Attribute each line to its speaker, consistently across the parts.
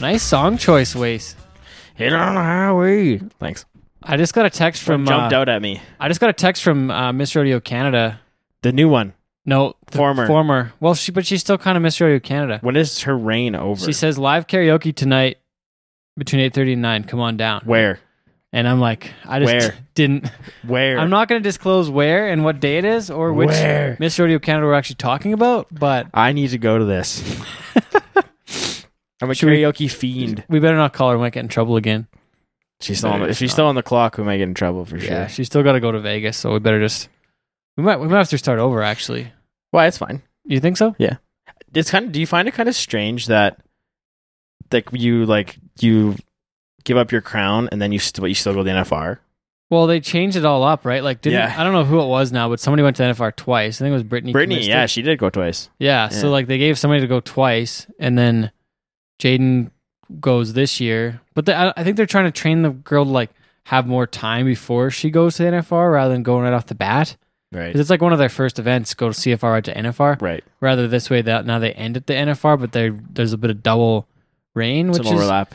Speaker 1: Nice song choice, Wace.
Speaker 2: Hit on the highway. Thanks.
Speaker 1: I just got a text from
Speaker 2: Jumped
Speaker 1: uh,
Speaker 2: out at me.
Speaker 1: I just got a text from uh, Miss Rodeo Canada.
Speaker 2: The new one.
Speaker 1: No, the
Speaker 2: Former.
Speaker 1: former. Well, she but she's still kind of Miss Rodeo Canada.
Speaker 2: When is her reign over?
Speaker 1: She says live karaoke tonight between eight thirty and nine. Come on down.
Speaker 2: Where?
Speaker 1: And I'm like, I just
Speaker 2: Where?
Speaker 1: didn't.
Speaker 2: Where?
Speaker 1: I'm not going to disclose where and what day it is or which
Speaker 2: Where?
Speaker 1: Miss Rodeo Canada we're actually talking about, but
Speaker 2: I need to go to this. I'm a
Speaker 1: Should we-
Speaker 2: karaoke fiend.
Speaker 1: we better not call her. We might get in trouble again.
Speaker 2: She's still on the, if she's still on the clock, we might get in trouble for
Speaker 1: Yeah,
Speaker 2: sure.
Speaker 1: she's still got to go to Vegas, so we better just. We might we might have to start over. Actually,
Speaker 2: Well, it's fine.
Speaker 1: you think so?
Speaker 2: It's kind of. Do you find it kind of strange that, like, you like you give up your crown and then you still you still go to the NFR?
Speaker 1: Well, they changed it all up, right? Like, didn't
Speaker 2: Yeah.
Speaker 1: I don't know who it was now, but somebody went to NFR twice. I think it was Brittany.
Speaker 2: Brittany,
Speaker 1: Kaminsky.
Speaker 2: yeah, she did go twice.
Speaker 1: yeah. So
Speaker 2: Yeah.
Speaker 1: like they gave somebody to go twice, and then Jaden goes this year. But they, I, I think they're trying to train the girl to like have more time before she goes to NFR rather than going right off the bat.
Speaker 2: Right.
Speaker 1: Because it's like one of their first events, go to CFR right to NFR.
Speaker 2: Right.
Speaker 1: Rather this way that now they end at the NFR, but they there's a bit of double rain, which
Speaker 2: Some
Speaker 1: is
Speaker 2: overlap.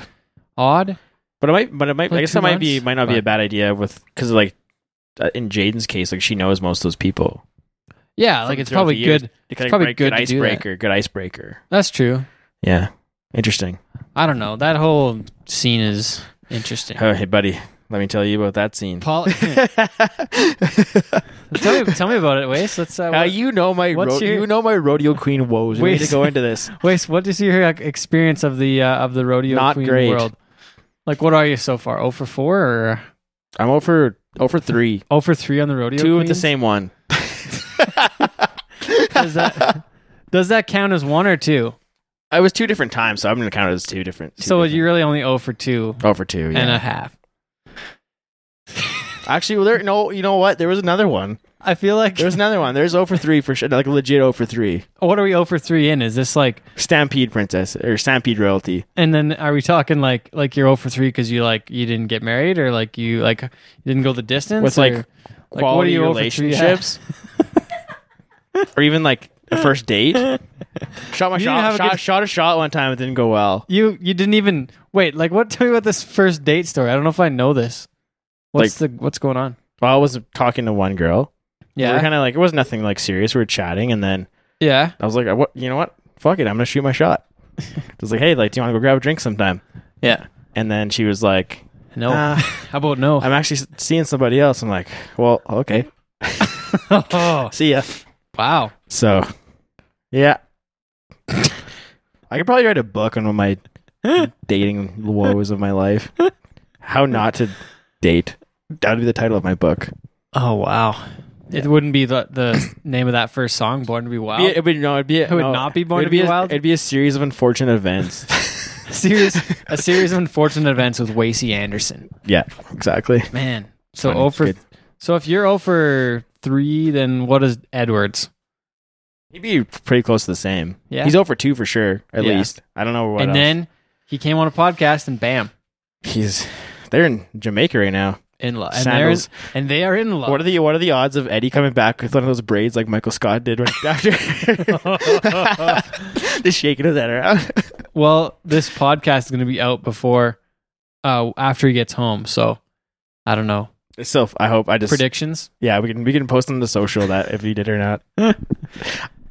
Speaker 1: odd.
Speaker 2: But it might, but it might.
Speaker 1: Like
Speaker 2: I guess
Speaker 1: two
Speaker 2: that might be
Speaker 1: months?
Speaker 2: might not be
Speaker 1: But-
Speaker 2: a bad idea with because like uh, in Jaden's case, like she knows most of those people.
Speaker 1: Yeah, like
Speaker 2: From
Speaker 1: it's
Speaker 2: throughout
Speaker 1: probably
Speaker 2: the years.
Speaker 1: good.
Speaker 2: It could, like,
Speaker 1: probably
Speaker 2: break-
Speaker 1: good to do that.
Speaker 2: icebreaker. Good icebreaker.
Speaker 1: That's true.
Speaker 2: Yeah, interesting.
Speaker 1: I don't know. That whole scene is interesting.
Speaker 2: Oh, hey, buddy, let me tell you about that scene.
Speaker 1: Paul, tell me, tell me about it, Wace. Let's. Uh,
Speaker 2: Now
Speaker 1: what,
Speaker 2: you know my
Speaker 1: What's
Speaker 2: ro-
Speaker 1: your-
Speaker 2: you know my rodeo queen woes. We need
Speaker 1: Wait.
Speaker 2: to go into this.
Speaker 1: Wace, what is your like, experience of the uh, of the rodeo
Speaker 2: Not
Speaker 1: queen
Speaker 2: great.
Speaker 1: world? Like, what are you so far? Oh for four or
Speaker 2: I'm over over three,
Speaker 1: oh for three on the rodeo?
Speaker 2: two with the
Speaker 1: queens?
Speaker 2: same one.
Speaker 1: Does that does that count as one or two?
Speaker 2: I was two different times, so I'm gonna count it as two different. two
Speaker 1: so
Speaker 2: different.
Speaker 1: you're really only oh for two
Speaker 2: over two. Yeah.
Speaker 1: and a half.
Speaker 2: Actually, well, there no. You know what? There was another one.
Speaker 1: I feel like.
Speaker 2: There's another one. There's over three for sure. Like legit over three.
Speaker 1: what are we oh for three in? Is this like?
Speaker 2: Stampede Princess or Stampede Royalty.
Speaker 1: And then are we talking like like you're oh for three because you like you didn't get married or like you like you didn't go the distance?
Speaker 2: With,
Speaker 1: or,
Speaker 2: like,
Speaker 1: what are
Speaker 2: Quality
Speaker 1: you oh for three at?
Speaker 2: relationships, or even like a first date. Shot my
Speaker 1: You didn't have
Speaker 2: shot.
Speaker 1: a
Speaker 2: Shot,
Speaker 1: good-
Speaker 2: shot a shot one time. It didn't go well.
Speaker 1: You you didn't even wait. Like, what? Tell me about this first date story. I don't know if I know this. What's the what's going on?
Speaker 2: Well, I was talking to one girl. We
Speaker 1: Yeah,
Speaker 2: were kind of like it was nothing like serious. We were chatting, and then
Speaker 1: yeah,
Speaker 2: I was like, "What? You know what? Fuck it. I'm gonna shoot my shot." I was like, "Hey, like, do you want to go grab a drink sometime?"
Speaker 1: yeah. Uh,
Speaker 2: And then she was like,
Speaker 1: No,
Speaker 2: "Nah,
Speaker 1: how about no?
Speaker 2: I'm actually s- seeing somebody else." I'm like, "Well, okay,
Speaker 1: oh,
Speaker 2: see ya."
Speaker 1: wow.
Speaker 2: So, yeah, I could probably write a book on my dating woes of my life. How not to date. That would be the title of my book.
Speaker 1: Oh wow. It wouldn't be the the name of that first song, "Born to Be Wild."
Speaker 2: it would no, it'd be
Speaker 1: It would not be Born
Speaker 2: it'd
Speaker 1: to Be
Speaker 2: a-
Speaker 1: Wild?
Speaker 2: It'd be a series of unfortunate events.
Speaker 1: series a series of unfortunate events with Wacy Anderson.
Speaker 2: yeah, exactly.
Speaker 1: Man, so
Speaker 2: Fun.
Speaker 1: oh for
Speaker 2: Good.
Speaker 1: so if you're oh for three, then what is Edwards?
Speaker 2: He'd be pretty close to the same.
Speaker 1: Yeah.
Speaker 2: he's over two for sure. At
Speaker 1: Yeah.
Speaker 2: least I don't know what.
Speaker 1: and
Speaker 2: else.
Speaker 1: then he came on a podcast, and bam,
Speaker 2: he's they're in Jamaica right now.
Speaker 1: in love. And, they're-
Speaker 2: Sandals.
Speaker 1: and they are in love.
Speaker 2: What are the What are the odds of Eddie coming back with one of those braids like Michael Scott did right after? Just shaking his head around.
Speaker 1: Well, this podcast is going to be out before, uh, after he gets home. So, I don't know
Speaker 2: So I hope I just
Speaker 1: predictions.
Speaker 2: yeah we can we can post on the social that if he did or not.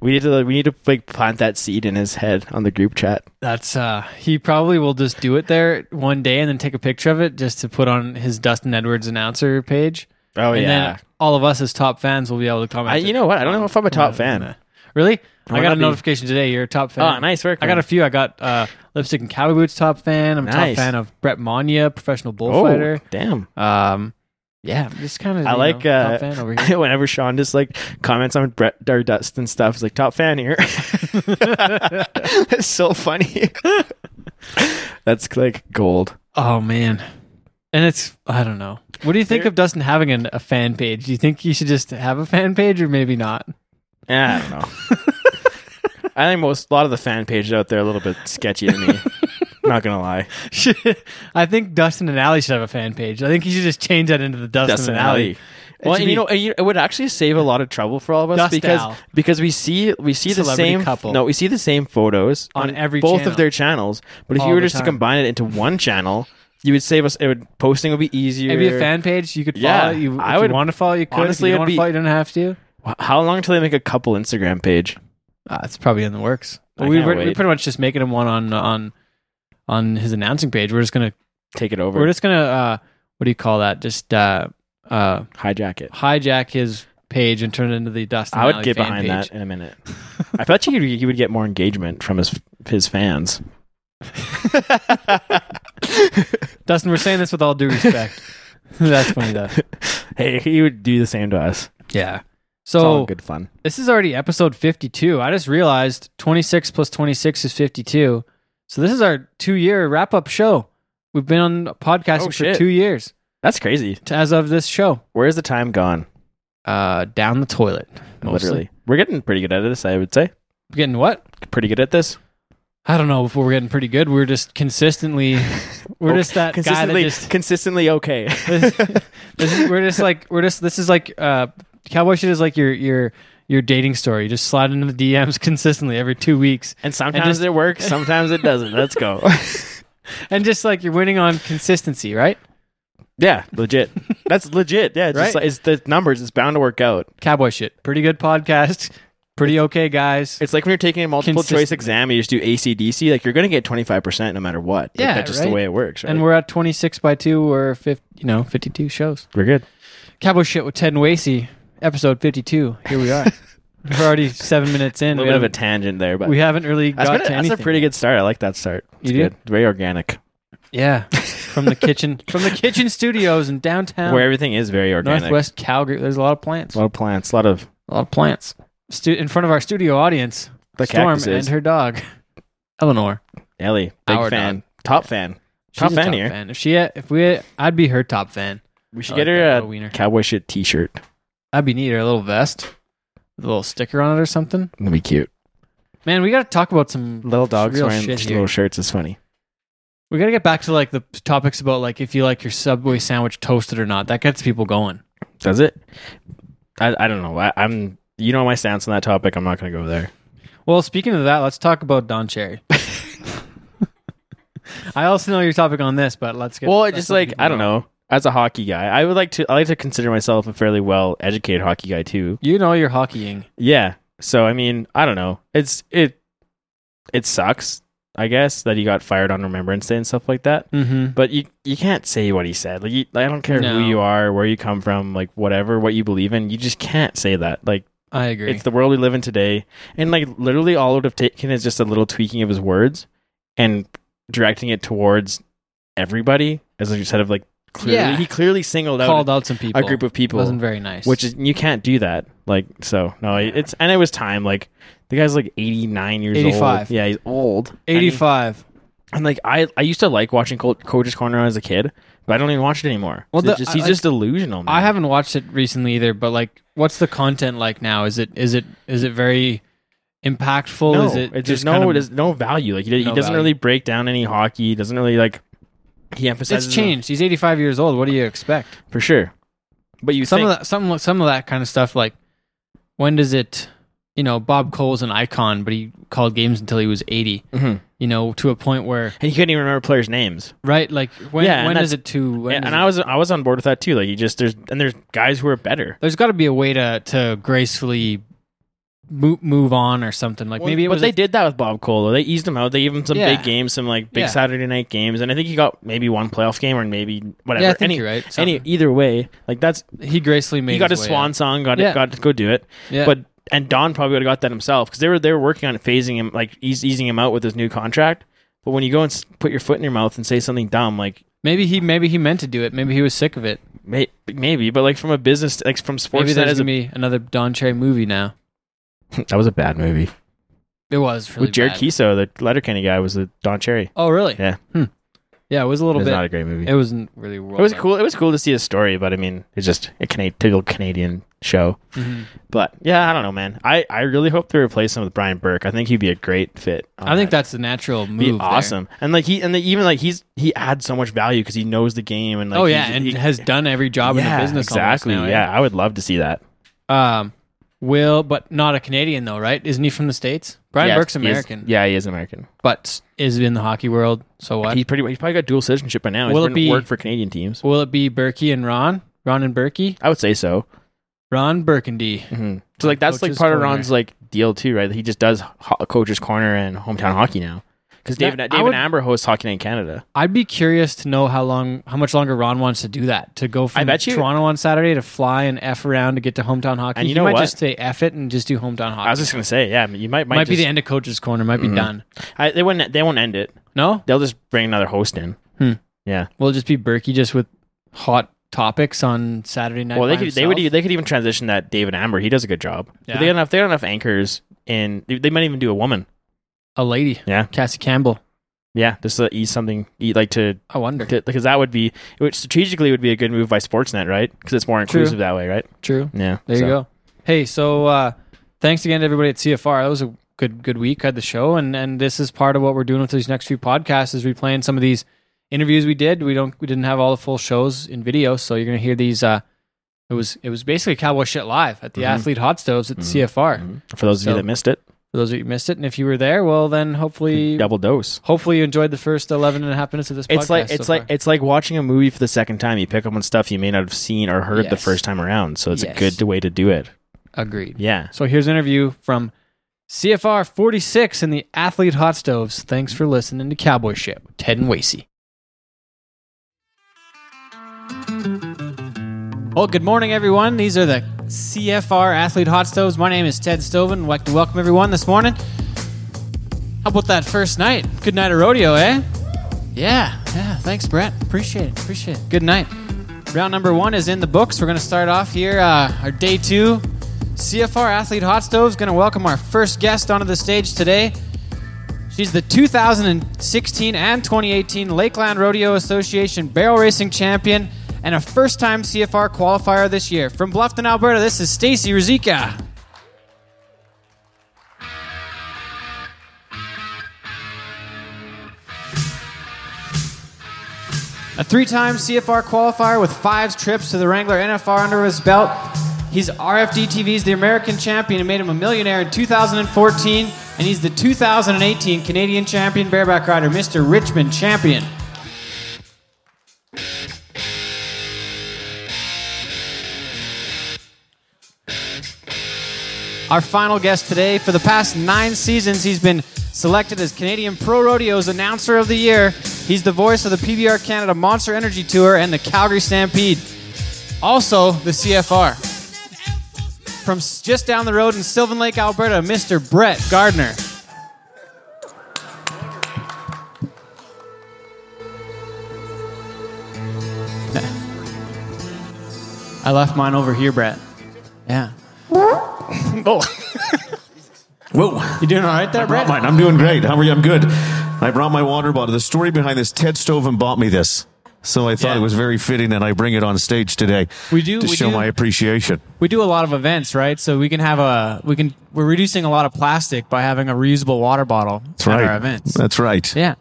Speaker 2: we need to we need to like plant that seed in his head on the group chat.
Speaker 1: That's uh, he probably will just do it there one day and then take a picture of it just to put on his Dustin Edwards announcer page.
Speaker 2: Oh
Speaker 1: and then all of us as top fans will be able to comment.
Speaker 2: I, you know what? I don't know if I'm a top fan.
Speaker 1: really?
Speaker 2: Why
Speaker 1: I got a
Speaker 2: not be-
Speaker 1: notification today. You're a top fan.
Speaker 2: Oh, nice work!
Speaker 1: I got a
Speaker 2: man.
Speaker 1: few. I got uh, lipstick and cowboy boots. Top fan. I'm a
Speaker 2: Nice.
Speaker 1: top fan of Brett Monia, professional
Speaker 2: oh
Speaker 1: bullfighter.
Speaker 2: damn.
Speaker 1: Um, yeah, I'm just kind of.
Speaker 2: I like
Speaker 1: know,
Speaker 2: uh,
Speaker 1: top fan over here.
Speaker 2: whenever Sean just like comments on Brett or Dustin stuff. It's like top fan here. That's so funny. That's like gold.
Speaker 1: Oh man, and it's I don't know. What do you think
Speaker 2: There-
Speaker 1: of Dustin having an, a fan page? Do you think he should just have a fan page or maybe not?
Speaker 2: Yeah, I don't know. I think most a lot of the fan pages out there are a little bit sketchy to me. Not gonna lie,
Speaker 1: Should- I think Dustin and Allie should have a fan page. I think he should just change that into the Dustin,
Speaker 2: Dustin
Speaker 1: and Allie.
Speaker 2: Alley.
Speaker 1: Well,
Speaker 2: and
Speaker 1: and
Speaker 2: you
Speaker 1: you-
Speaker 2: know, and you- it would actually save a lot of trouble for all of us
Speaker 1: Dust
Speaker 2: because
Speaker 1: Al.
Speaker 2: because we see we see the
Speaker 1: Celebrity
Speaker 2: same
Speaker 1: couple.
Speaker 2: No, we see the same photos
Speaker 1: On every
Speaker 2: both
Speaker 1: channel.
Speaker 2: of their channels. But if
Speaker 1: All
Speaker 2: you were
Speaker 1: the
Speaker 2: just
Speaker 1: time.
Speaker 2: to combine it into one channel, you would save us. It would posting would be easier.
Speaker 1: Maybe a fan page you could follow.
Speaker 2: Yeah,
Speaker 1: you, if
Speaker 2: I
Speaker 1: you
Speaker 2: would-
Speaker 1: want to follow. You could.
Speaker 2: honestly,
Speaker 1: if you don't want
Speaker 2: it'd
Speaker 1: to
Speaker 2: be-
Speaker 1: follow. You don't have to.
Speaker 2: How long till they make a couple Instagram page? Ah,
Speaker 1: Uh, it's probably in the works.
Speaker 2: I
Speaker 1: we
Speaker 2: can't
Speaker 1: we're, we're
Speaker 2: wait.
Speaker 1: pretty much just making him one on on on his announcing page. We're just gonna
Speaker 2: Take it over.
Speaker 1: we're just gonna uh, what do you call that? Just uh, uh,
Speaker 2: hijack it.
Speaker 1: hijack his page and turn it into the Dustin.
Speaker 2: I
Speaker 1: Alley
Speaker 2: would get
Speaker 1: fan
Speaker 2: behind
Speaker 1: page.
Speaker 2: that in a minute. I bet you he would get more engagement from his his fans.
Speaker 1: Dustin, we're saying this with all due respect. That's funny though.
Speaker 2: hey, he would do the same to us.
Speaker 1: Yeah.
Speaker 2: It's all
Speaker 1: So
Speaker 2: good fun.
Speaker 1: this is already episode 52. I just realized 26 plus 26 is 52. So this is our two year wrap up show. We've been on podcasting
Speaker 2: Oh,
Speaker 1: for
Speaker 2: shit.
Speaker 1: two years
Speaker 2: That's crazy.
Speaker 1: to, as of this show.
Speaker 2: Where's the time gone?
Speaker 1: Uh, down the toilet. Mostly.
Speaker 2: Literally, we're getting pretty good at this. I would say
Speaker 1: Getting what?
Speaker 2: pretty good at this.
Speaker 1: I don't know if we're getting pretty good. We're just consistently, we're just that guy that
Speaker 2: consistently,
Speaker 1: just,
Speaker 2: consistently okay.
Speaker 1: this, this is, we're just like, we're just, this is like, uh, cowboy shit is like your, your, your dating story. You just slide into the DMs consistently every two weeks.
Speaker 2: and sometimes
Speaker 1: just-
Speaker 2: it works, sometimes it doesn't. Let's go.
Speaker 1: And just like you're winning on consistency, right?
Speaker 2: yeah, legit. That's legit. Yeah, it's,
Speaker 1: Right?
Speaker 2: just like, it's the numbers. It's bound to work out.
Speaker 1: cowboy shit. Pretty good podcast. Pretty okay guys.
Speaker 2: It's like when you're taking a multiple choice
Speaker 1: Consistent.
Speaker 2: exam, you just do ACDC. Like you're going to get 25 percent no matter what. Like,
Speaker 1: Yeah,
Speaker 2: that's just
Speaker 1: right?
Speaker 2: the way it works. Right?
Speaker 1: And we're at 26 by 2 or 50, you know, 52 shows.
Speaker 2: we're good.
Speaker 1: Cowboy shit with Ted and Wasey, episode 52. Here we are. we're already 7 minutes
Speaker 2: A
Speaker 1: in.
Speaker 2: little
Speaker 1: We
Speaker 2: bit of a
Speaker 1: haven't,
Speaker 2: tangent there, but
Speaker 1: we haven't really
Speaker 2: that's,
Speaker 1: got
Speaker 2: been a,
Speaker 1: to
Speaker 2: that's
Speaker 1: anything.
Speaker 2: a pretty good start. I like that start. It's
Speaker 1: You do?
Speaker 2: good. Very organic.
Speaker 1: Yeah. From the kitchen from the kitchen studios in downtown
Speaker 2: Where everything is very organic.
Speaker 1: Northwest Calgary. There's a lot of plants.
Speaker 2: A lot of plants. A lot of
Speaker 1: A lot of plants. Stu- in front of our studio audience,
Speaker 2: the
Speaker 1: Storm
Speaker 2: cactuses.
Speaker 1: and her dog, Eleanor.
Speaker 2: Ellie, big
Speaker 1: Our
Speaker 2: fan, top fan. Top
Speaker 1: She's a
Speaker 2: fan here.
Speaker 1: If she if we I'd be her top fan.
Speaker 2: We should
Speaker 1: I
Speaker 2: get
Speaker 1: like that
Speaker 2: her a
Speaker 1: little wiener.
Speaker 2: cowboy shit T-shirt.
Speaker 1: That'd be neat, or a little vest with a little sticker on it or something.
Speaker 2: That'd be cute.
Speaker 1: Man, we got to talk about some
Speaker 2: Little dogs
Speaker 1: real
Speaker 2: wearing
Speaker 1: shit
Speaker 2: just
Speaker 1: here.
Speaker 2: little shirts is funny.
Speaker 1: We got to get back to like the topics about like if you like your Subway sandwich toasted or not. That gets people going.
Speaker 2: Does it? I, I don't know. I, I'm you know my stance on that topic. I'm not gonna go there.
Speaker 1: Well, speaking of that, let's talk about Don Cherry. I also know your topic on this, but let's get.
Speaker 2: well, it
Speaker 1: let's
Speaker 2: just
Speaker 1: let
Speaker 2: like
Speaker 1: people
Speaker 2: I don't know. As a hockey guy, I would like to. I like to consider myself a fairly well educated hockey guy too.
Speaker 1: You know your hockeying.
Speaker 2: Yeah. So I mean, I don't know. It's it it sucks. I guess that he got fired on Remembrance Day and stuff like that.
Speaker 1: Mm-hmm.
Speaker 2: But you you can't say what he said. Like you, I don't care
Speaker 1: No.
Speaker 2: who you are, where you come from, like whatever, what you believe in. You just can't say that. Like
Speaker 1: I agree.
Speaker 2: it's the world we live in today, and like literally all it would have taken is just a little tweaking of his words and directing it towards everybody, as you said of like clearly
Speaker 1: Yeah.
Speaker 2: he clearly singled out
Speaker 1: Called out some people.
Speaker 2: a group of people,
Speaker 1: wasn't very nice.
Speaker 2: which is you can't do that. Like so, no, it's and it was time. Like the guy's like eighty nine years
Speaker 1: 85.
Speaker 2: old. Yeah, he's old. And he-
Speaker 1: eighty-five.
Speaker 2: and like I, I used to like watching Col- Coach's Corner when I was a kid, but I don't even watch it anymore.
Speaker 1: Well,
Speaker 2: Well,
Speaker 1: the-
Speaker 2: just,
Speaker 1: I-
Speaker 2: he's
Speaker 1: I-
Speaker 2: just delusional. Man.
Speaker 1: I haven't watched it recently either, but like, what's the content like now? Is it is it is it very impactful?
Speaker 2: No,
Speaker 1: is it
Speaker 2: it's just no,
Speaker 1: kind of-
Speaker 2: there's no value. Like he, he
Speaker 1: No
Speaker 2: doesn't
Speaker 1: value.
Speaker 2: really break down any hockey. He doesn't really like. He emphasizes
Speaker 1: it's changed. He's 85 years old. What do you expect?
Speaker 2: for sure. But you
Speaker 1: Some
Speaker 2: think
Speaker 1: of that, some some of that kind of stuff. Like, when does it? You know, Bob Cole's an icon, but he called games until he was 80.
Speaker 2: Mhm.
Speaker 1: You know, to a point where
Speaker 2: and he couldn't even remember players' names.
Speaker 1: right, like when
Speaker 2: Yeah, and
Speaker 1: when is
Speaker 2: that's-
Speaker 1: it too? When
Speaker 2: And,
Speaker 1: is
Speaker 2: and
Speaker 1: it-
Speaker 2: I was I was on board with that too. Like he just there's and there's guys who are better.
Speaker 1: there's got to be a way to to gracefully move, move on or something. Like maybe it
Speaker 2: but
Speaker 1: was a-
Speaker 2: they did that with Bob Cole. They eased him out. They gave him some
Speaker 1: Yeah.
Speaker 2: big games, some like big
Speaker 1: Yeah.
Speaker 2: Saturday night games, and I think he got maybe one playoff game or maybe whatever.
Speaker 1: yeah, I think
Speaker 2: any,
Speaker 1: you're right.
Speaker 2: any either way, like that's
Speaker 1: he gracefully made
Speaker 2: he got
Speaker 1: his
Speaker 2: his
Speaker 1: way
Speaker 2: swan
Speaker 1: up.
Speaker 2: song, got
Speaker 1: Yeah.
Speaker 2: it, got to go do it.
Speaker 1: Yeah.
Speaker 2: But and Don probably would have got that himself because they were they were working on phasing him, like eas- easing him out with his new contract. But when you go and s- put your foot in your mouth and say something dumb, like
Speaker 1: Maybe he maybe he meant to do it. Maybe he was sick of it.
Speaker 2: may, maybe, but like from a business, like from sports,
Speaker 1: Maybe
Speaker 2: that
Speaker 1: there's
Speaker 2: is
Speaker 1: gonna
Speaker 2: a,
Speaker 1: be another Don Cherry movie now.
Speaker 2: that was a bad movie
Speaker 1: It was really
Speaker 2: with Jared
Speaker 1: bad.
Speaker 2: Kiso, the Letterkenny guy, was the Don Cherry.
Speaker 1: Oh really?
Speaker 2: Yeah.
Speaker 1: Hmm. Yeah, it was a
Speaker 2: It's
Speaker 1: little bit.
Speaker 2: not a great movie.
Speaker 1: it wasn't really.
Speaker 2: It was cool. It was cool to see a story, but I mean, it's just a Cana- typical Canadian show.
Speaker 1: Mhm.
Speaker 2: But yeah, I don't know, man. I, I really hope they replace him with Brian Burke. I think he'd be a great fit. on
Speaker 1: I think
Speaker 2: that.
Speaker 1: that's the natural move.
Speaker 2: Be
Speaker 1: there.
Speaker 2: awesome, and like he and the, even like he's he adds so much value because he knows the game and like
Speaker 1: oh yeah,
Speaker 2: he's-
Speaker 1: and
Speaker 2: he-
Speaker 1: has done every job in
Speaker 2: yeah,
Speaker 1: the business almost
Speaker 2: exactly.
Speaker 1: now, eh?
Speaker 2: yeah, I would love to see that.
Speaker 1: Um, Will, but not a Canadian though, right? Isn't he from the states? Brian
Speaker 2: Yeah,
Speaker 1: Burke's
Speaker 2: he is-
Speaker 1: American,
Speaker 2: yeah, he is American.
Speaker 1: but is in the hockey world. So what?
Speaker 2: He pretty he's probably got dual citizenship by now. He's
Speaker 1: Will it
Speaker 2: been-
Speaker 1: be-
Speaker 2: worked for Canadian teams.
Speaker 1: Will it be Berkey and Ron? Ron and Berkey?
Speaker 2: I would say so.
Speaker 1: Ron Burgundy.
Speaker 2: Mhm. So like that's like
Speaker 1: Coach's
Speaker 2: part of
Speaker 1: Mm-hmm. corner.
Speaker 2: Ron's like deal too, right? He just does ho- coaches corner and hometown hockey now. Because
Speaker 1: That-
Speaker 2: David
Speaker 1: I
Speaker 2: David
Speaker 1: would-
Speaker 2: Amber hosts hockey night in Canada.
Speaker 1: I'd be curious to know how long, how much longer Ron wants to do that. To go from
Speaker 2: I bet you-
Speaker 1: Toronto on Saturday to fly and f around to get to hometown hockey.
Speaker 2: And
Speaker 1: He
Speaker 2: you know
Speaker 1: might
Speaker 2: what?
Speaker 1: just say f it and just do hometown hockey.
Speaker 2: I was just gonna say, yeah, you might might,
Speaker 1: might be the
Speaker 2: just- Mm-hmm.
Speaker 1: end of coach's corner. Might be done.
Speaker 2: I, they wouldn't they won't end it.
Speaker 1: No,
Speaker 2: They'll just bring another host in.
Speaker 1: Hmm.
Speaker 2: Yeah.
Speaker 1: we'll just be Berkey just with hot topics on Saturday night.
Speaker 2: Well, they
Speaker 1: by
Speaker 2: could they would
Speaker 1: himself.
Speaker 2: e- they could even transition that David Amber. He does a good job. But They
Speaker 1: Yeah.
Speaker 2: don't have they don't have anchors in. They, they might even do a woman.
Speaker 1: a lady.
Speaker 2: Yeah.
Speaker 1: Cassie Campbell.
Speaker 2: Yeah, just to ease something, eat like to
Speaker 1: I wonder.
Speaker 2: because that would be which strategically would be a good move by Sportsnet, right? Because it's more
Speaker 1: True.
Speaker 2: inclusive that way, right?
Speaker 1: True.
Speaker 2: Yeah.
Speaker 1: There
Speaker 2: so.
Speaker 1: you go. Hey, so uh, thanks again to everybody at CFR. That was a good good week. I had the show, and and this is part of what we're doing with these next few podcasts is replaying some of these interviews we did. We don't we didn't have all the full shows in video, so you're gonna hear these. Uh, it was it was basically cowboy shit live at the
Speaker 2: Mhm.
Speaker 1: athlete hot stoves at the CFR.
Speaker 2: Mm-hmm. For those of
Speaker 1: So-
Speaker 2: you that missed it,
Speaker 1: For those of you who missed it, and if you were there, well then hopefully
Speaker 2: double dose.
Speaker 1: hopefully you enjoyed the first 11 and a half minutes of this.
Speaker 2: It's
Speaker 1: podcast
Speaker 2: like
Speaker 1: so
Speaker 2: it's like
Speaker 1: far.
Speaker 2: it's like watching a movie for the second time. You pick up on stuff you may not have seen or heard the
Speaker 1: Yes.
Speaker 2: first time around. So it's
Speaker 1: Yes.
Speaker 2: a good way to do it.
Speaker 1: agreed.
Speaker 2: Yeah.
Speaker 1: So here's an interview from CFR 46 and the Athlete Hot Stoves. Thanks for listening to Cowboy Shit with Ted and Wasey. Well, good morning, everyone. These are the CFR Athlete Hot Stoves. My name is Ted Stoven. I'd like to welcome everyone this morning. How about that first night? Good night of rodeo, eh? Yeah, yeah. Thanks, Brett. Appreciate it. Appreciate it. Good night. Round number one is in the books. We're going to start off here. Uh, our day two, CFR Athlete Hot Stove is going to welcome our first guest onto the stage today. She's the 2016 and 2018 Lakeland Rodeo Association Barrel Racing Champion and a first-time CFR qualifier this year. From Bluffton, Alberta, this is Stacy Ruzika. A three time CFR qualifier with five trips to the Wrangler NFR under his belt. He's RFD TV's The American Champion and made him a millionaire in 2014. And he's the 2018 Canadian Champion Bareback Rider, Mr. Richmond Champion. Our final guest today, for the past nine seasons, he's been selected as Canadian Pro Rodeo's Announcer of the Year. He's the voice of the PBR Canada Monster Energy Tour and the Calgary Stampede. Also, the CFR. From s- just down the road in Sylvan Lake, Alberta, Mr. Brett Gardner. I left mine over here, Brett. Yeah.
Speaker 3: Whoa.
Speaker 1: You doing all right there, Brett?
Speaker 3: Brought mine. I'm doing great. How are you? I'm good. I brought my water bottle. The story behind this, Ted Stoven bought me this. So I thought
Speaker 1: Yeah.
Speaker 3: it was very fitting that I bring it on stage today.
Speaker 1: We do-
Speaker 3: to
Speaker 1: we
Speaker 3: show
Speaker 1: do-
Speaker 3: my appreciation.
Speaker 1: we do a lot of events, right? So we can have a we can we're reducing a lot of plastic by having a reusable water bottle
Speaker 3: That's
Speaker 1: at
Speaker 3: right.
Speaker 1: our events.
Speaker 3: That's right.
Speaker 1: yeah.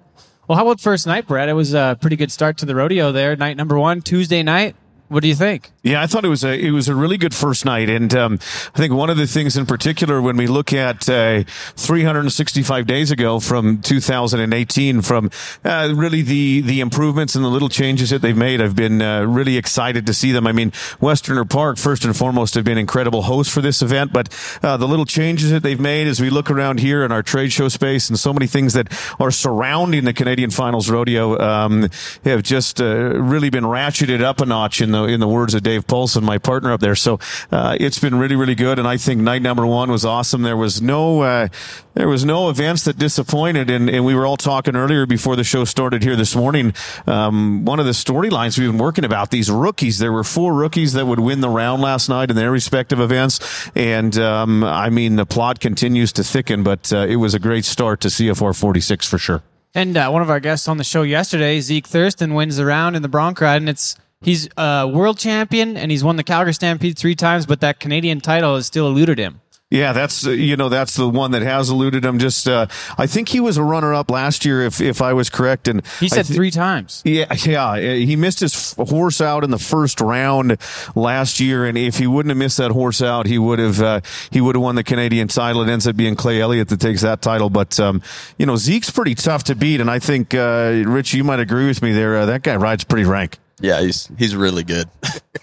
Speaker 1: Well, how about first night, Brett? It was a pretty good start to the rodeo there. Night number one, Tuesday night. What do you think?
Speaker 3: Yeah, I thought it was a it was a really good first night, and um, I think one of the things in particular when we look at uh, 365 days ago from 2018, from uh, really the the improvements and the little changes that they've made, I've been uh, really excited to see them. I mean, Westerner Park first and foremost have been incredible hosts for this event, but uh, the little changes that they've made as we look around here in our trade show space and so many things that are surrounding the Canadian Finals Rodeo um, have just uh, really been ratcheted up a notch in the in the words of Dave Paulson, my partner up there. So uh, it's been really really good, and I think night number one was awesome. There was no uh, there was no events that disappointed, and, and we were all talking earlier before the show started here this morning. Um, one of the storylines we've been working about these rookies. There were four rookies that would win the round last night in their respective events, and um, I mean the plot continues to thicken, but uh, it was a great start to CFR 46 for sure.
Speaker 1: And uh, one of our guests on the show yesterday, Zeke Thurston, wins the round in the bronc ride, and it's he's a world champion and he's won the Calgary Stampede three times, but that Canadian title has still eluded him.
Speaker 3: Yeah, that's uh, you know that's the one that has eluded him. Just uh, I think he was a runner up last year, if if I was correct. And
Speaker 1: He
Speaker 3: I
Speaker 1: said
Speaker 3: thi-
Speaker 1: three times.
Speaker 3: Yeah, yeah. He missed his f- horse out in the first round last year, and if he wouldn't have missed that horse out, he would have uh, he would have won the Canadian title. It ends up being Clay Elliott that takes that title, but um, you know Zeke's pretty tough to beat, and I think uh, Rich, you might agree with me there. Uh, that guy rides pretty rank.
Speaker 4: Yeah, he's he's really good.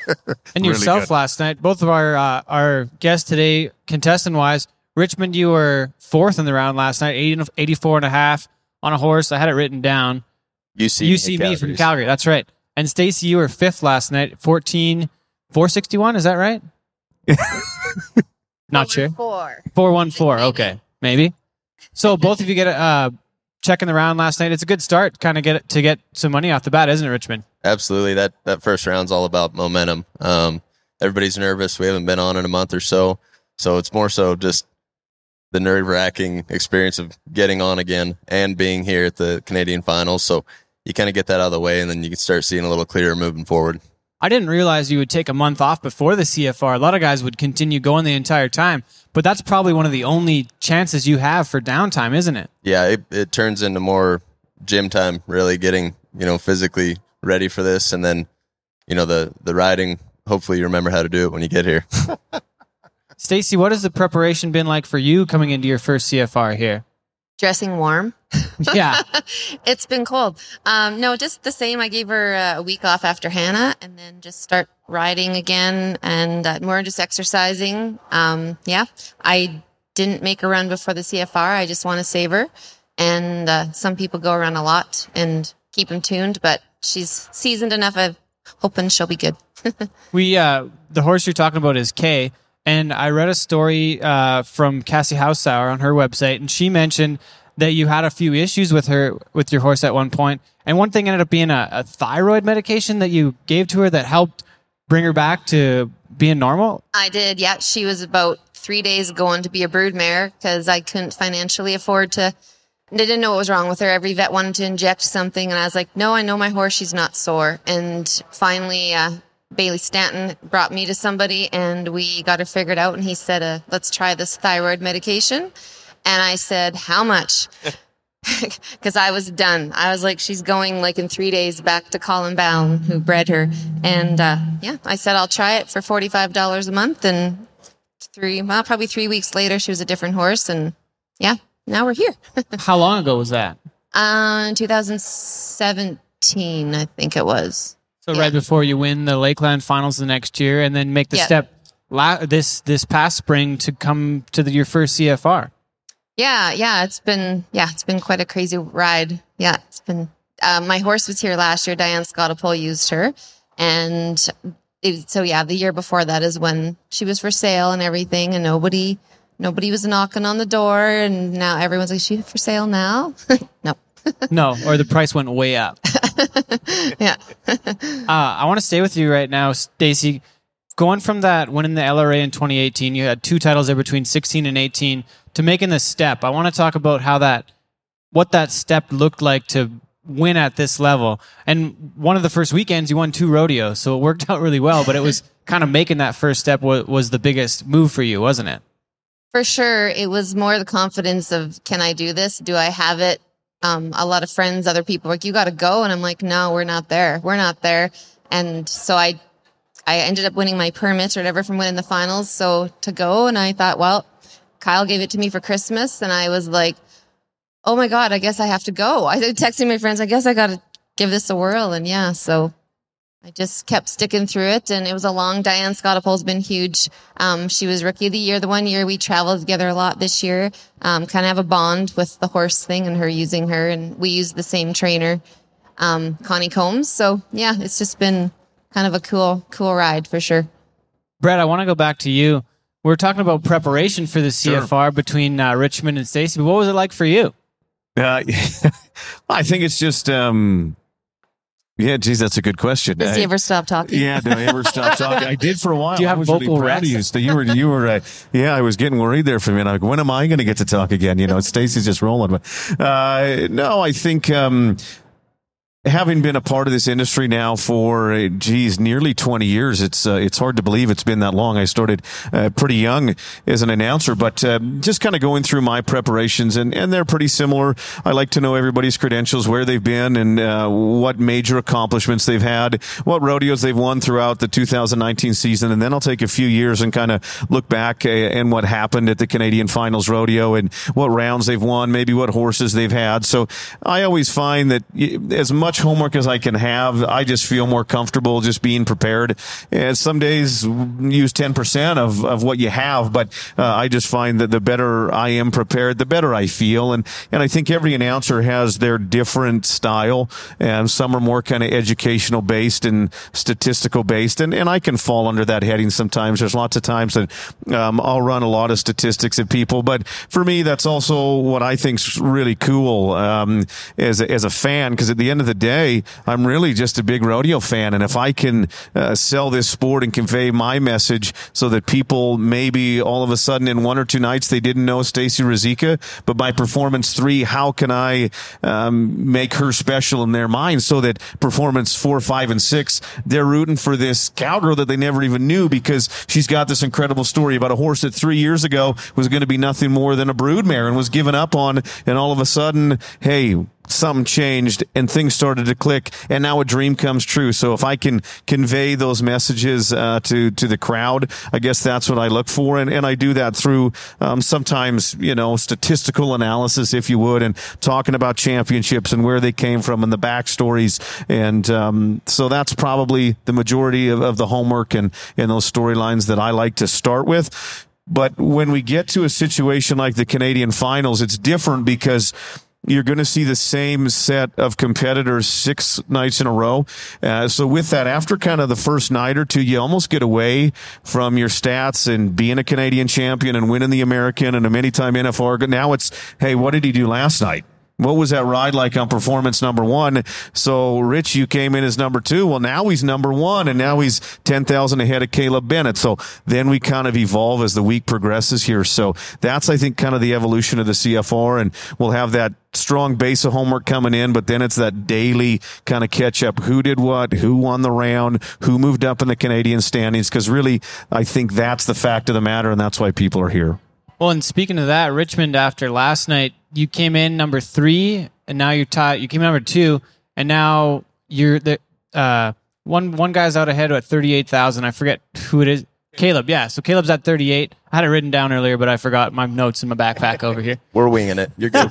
Speaker 1: And
Speaker 3: Really
Speaker 1: yourself
Speaker 3: good.
Speaker 1: last night, both of our uh, our guests today, contestant wise, Richmond, you were fourth in the round last night, 80, and- 84 and a half on a horse. I had it written down.
Speaker 4: You see,
Speaker 1: You see me from
Speaker 4: Calgary.
Speaker 1: Calgary. That's right. And Stacy, you were fifth last night, 14, 461. Is that right? Not sure.
Speaker 5: Four.
Speaker 1: 414. Okay. Maybe. So both of you get a uh, check in the round last night. It's a good start kind of get to get some money off the bat, isn't it, Richmond?
Speaker 4: Absolutely. That that first round's all about momentum. Um, everybody's nervous. We haven't been on in a month or so, so it's more so just the nerve wracking experience of getting on again and being here at the Canadian finals. So you kind of get that out of the way, and then you can start seeing a little clearer moving forward.
Speaker 1: I didn't realize you would take a month off before the CFR. A lot of guys would continue going the entire time, but that's probably one of the only chances you have for downtime, isn't it?
Speaker 4: Yeah, it, it turns into more gym time. Really getting you know physically ready for this, and then you know the the riding. Hopefully, you remember how to do it when you get here.
Speaker 1: Stacy, what has the preparation been like for you coming into your first CFR here?
Speaker 5: Dressing warm.
Speaker 1: Yeah.
Speaker 5: it's been cold. Um, no, just the same. I gave her uh, a week off after Hannah and then just start riding again and uh, more just exercising. Um, yeah. I didn't make a run before the CFR. I just want to savor. And uh, some people go around a lot and keep them tuned, but she's seasoned enough. I'm hoping she'll be good.
Speaker 1: We uh, the horse you're talking about is Kay, and I read a story uh, from Cassie Hausauer on her website, and she mentioned that you had a few issues with her with your horse at one point, and one thing ended up being a, a thyroid medication that you gave to her that helped bring her back to being normal.
Speaker 5: I did. Yeah, she was about three days going to be a broodmare because I couldn't financially afford to. They didn't know what was wrong with her. Every vet wanted to inject something, and I was like, "No, I know my horse. She's not sore." And finally, uh, Bailey Stanton brought me to somebody, and we got her figured out. And he said, uh, "Let's try this thyroid medication." And I said, "How much?" because I was done. I was like, she's going like in three days back to Colin Bound, who bred her. And uh, yeah, I said I'll try it for forty five dollars a month, and three, well, probably three weeks later, she was a different horse, and yeah, now we're here.
Speaker 1: How long ago was that?
Speaker 5: uh, 2017, I think it was.
Speaker 1: So right
Speaker 5: Yeah.
Speaker 1: before you win the Lakeland Finals the next year, and then make the
Speaker 5: Yeah.
Speaker 1: step la- this this past spring to come to the, your first CFR.
Speaker 5: Yeah, yeah, it's been yeah, it's been quite a crazy ride. Yeah, it's been. Uh, my horse was here last year. Diane Scottopole used her, and it, so yeah, the year before that is when she was for sale and everything, and nobody, nobody was knocking on the door, and now everyone's like, "She for sale now?" no,
Speaker 1: no, or the price went way up.
Speaker 5: yeah,
Speaker 1: Uh, I want to stay with you right now, Stacy. Going from that winning the LRA in 2018, you had two titles there between 16 and 18 to making this step. I want to talk about how that, what that step looked like to win at this level. And one of the first weekends, you won two rodeos, so it worked out really well. But it was kind of making that first step was, was the biggest move for you, wasn't it?
Speaker 5: for sure. It was more the confidence of, "Can I do this? Do I have it?" Um, a lot of friends, other people, were like, "You got to go," and I'm like, "No, we're not there. We're not there." And so I I ended up winning my permit or whatever from winning the finals. So to go, and I thought, well, Kyle gave it to me for Christmas, and I was like, oh my god, I guess I have to go. I was texting my friends, I guess I got to give this a whirl, and yeah, so I just kept sticking through it, and it was a long. Diane Scottopole's been huge. Um, she was rookie of the year the one year we traveled together a lot this year. Um, kind of have a bond with the horse thing and her using her, and we used the same trainer, um, Connie Combs. So yeah, it's just been kind of a cool, cool ride for sure.
Speaker 1: Brett, I want to go back to you. We are talking about preparation for the CFR between uh, Richmond and Stacy. But what was it like for you?
Speaker 3: Uh, I think it's just um, Yeah, geez, that's a good question.
Speaker 5: Does he
Speaker 3: I-
Speaker 5: ever stop talking?
Speaker 3: yeah, do I ever stop talking? I did for a while.
Speaker 1: Do you have
Speaker 3: I was
Speaker 1: vocal
Speaker 3: proud of
Speaker 1: rest?
Speaker 3: you. So you were, you were, uh, yeah, I was getting worried there for a minute. Like, when am I going to get to talk again? You know, Stacy's just rolling. But uh, no, I think um, having been a part of this industry now for uh, geez nearly 20 years it's uh, it's hard to believe it's been that long i started uh, pretty young as an announcer but uh, just kind of going through my preparations and, and they're pretty similar i like to know everybody's credentials where they've been and uh, what major accomplishments they've had what rodeos they've won throughout the 2019 season and then i'll take a few years and kind of look back uh, and what happened at the canadian finals rodeo and what rounds they've won maybe what horses they've had so i always find that y- as much homework as I can have, I just feel more comfortable just being prepared. And some days use 10% of, of what you have, but uh, I just find that the better I am prepared, the better I feel. And, and I think every announcer has their different style and some are more kind of educational based and statistical based. And, and I can fall under that heading sometimes. There's lots of times that um, I'll run a lot of statistics at people, but for me, that's also what I think's really cool um, as a, as a fan. Because at the end of the day, I'm really just a big rodeo fan, and if I can uh, sell this sport and convey my message so that people maybe all of a sudden in one or two nights they didn't know Stacy Rizika, but by performance three, how can I um, make her special in their mind so that performance four, five, and six they're rooting for this cowgirl that they never even knew because she's got this incredible story about a horse that three years ago was going to be nothing more than a broodmare and was given up on, and all of a sudden, hey, something changed and things started to click and now a dream comes true so if i can convey those messages uh, to to the crowd i guess that's what i look for and, and i do that through um, sometimes you know statistical analysis if you would and talking about championships and where they came from and the backstories and um, so that's probably the majority of, of the homework and and those storylines that i like to start with but when we get to a situation like the Canadian finals, it's different because you're going to see the same set of competitors six nights in a row. Uh, so with that, after kind of the first night or two, you almost get away from your stats and being a Canadian champion and winning the American and a many time NFR. Now it's, hey, what did he do last night? what was that ride like on performance number one? So Rich, you came in as number two. Well, now he's number one and now he's 10,000 ahead of Caleb Bennett. So then we kind of evolve as the week progresses here. So that's, I think, kind of the evolution of the CFR and we'll have that strong base of homework coming in, but then it's that daily kind of catch up. Who did what? Who won the round? Who moved up in the Canadian standings? Cause really, I think that's the fact of the matter. And that's why people are here.
Speaker 1: Well, and speaking of that, Richmond after last night, you came in number three, and now you're tied. You came in number two, and now you're the uh, one. One guy's out ahead at thirty eight thousand. I forget who it is. Caleb, yeah. So Caleb's at thirty eight. I had it written down earlier, but I forgot my notes in my backpack over here.
Speaker 4: We're winging it. You're good.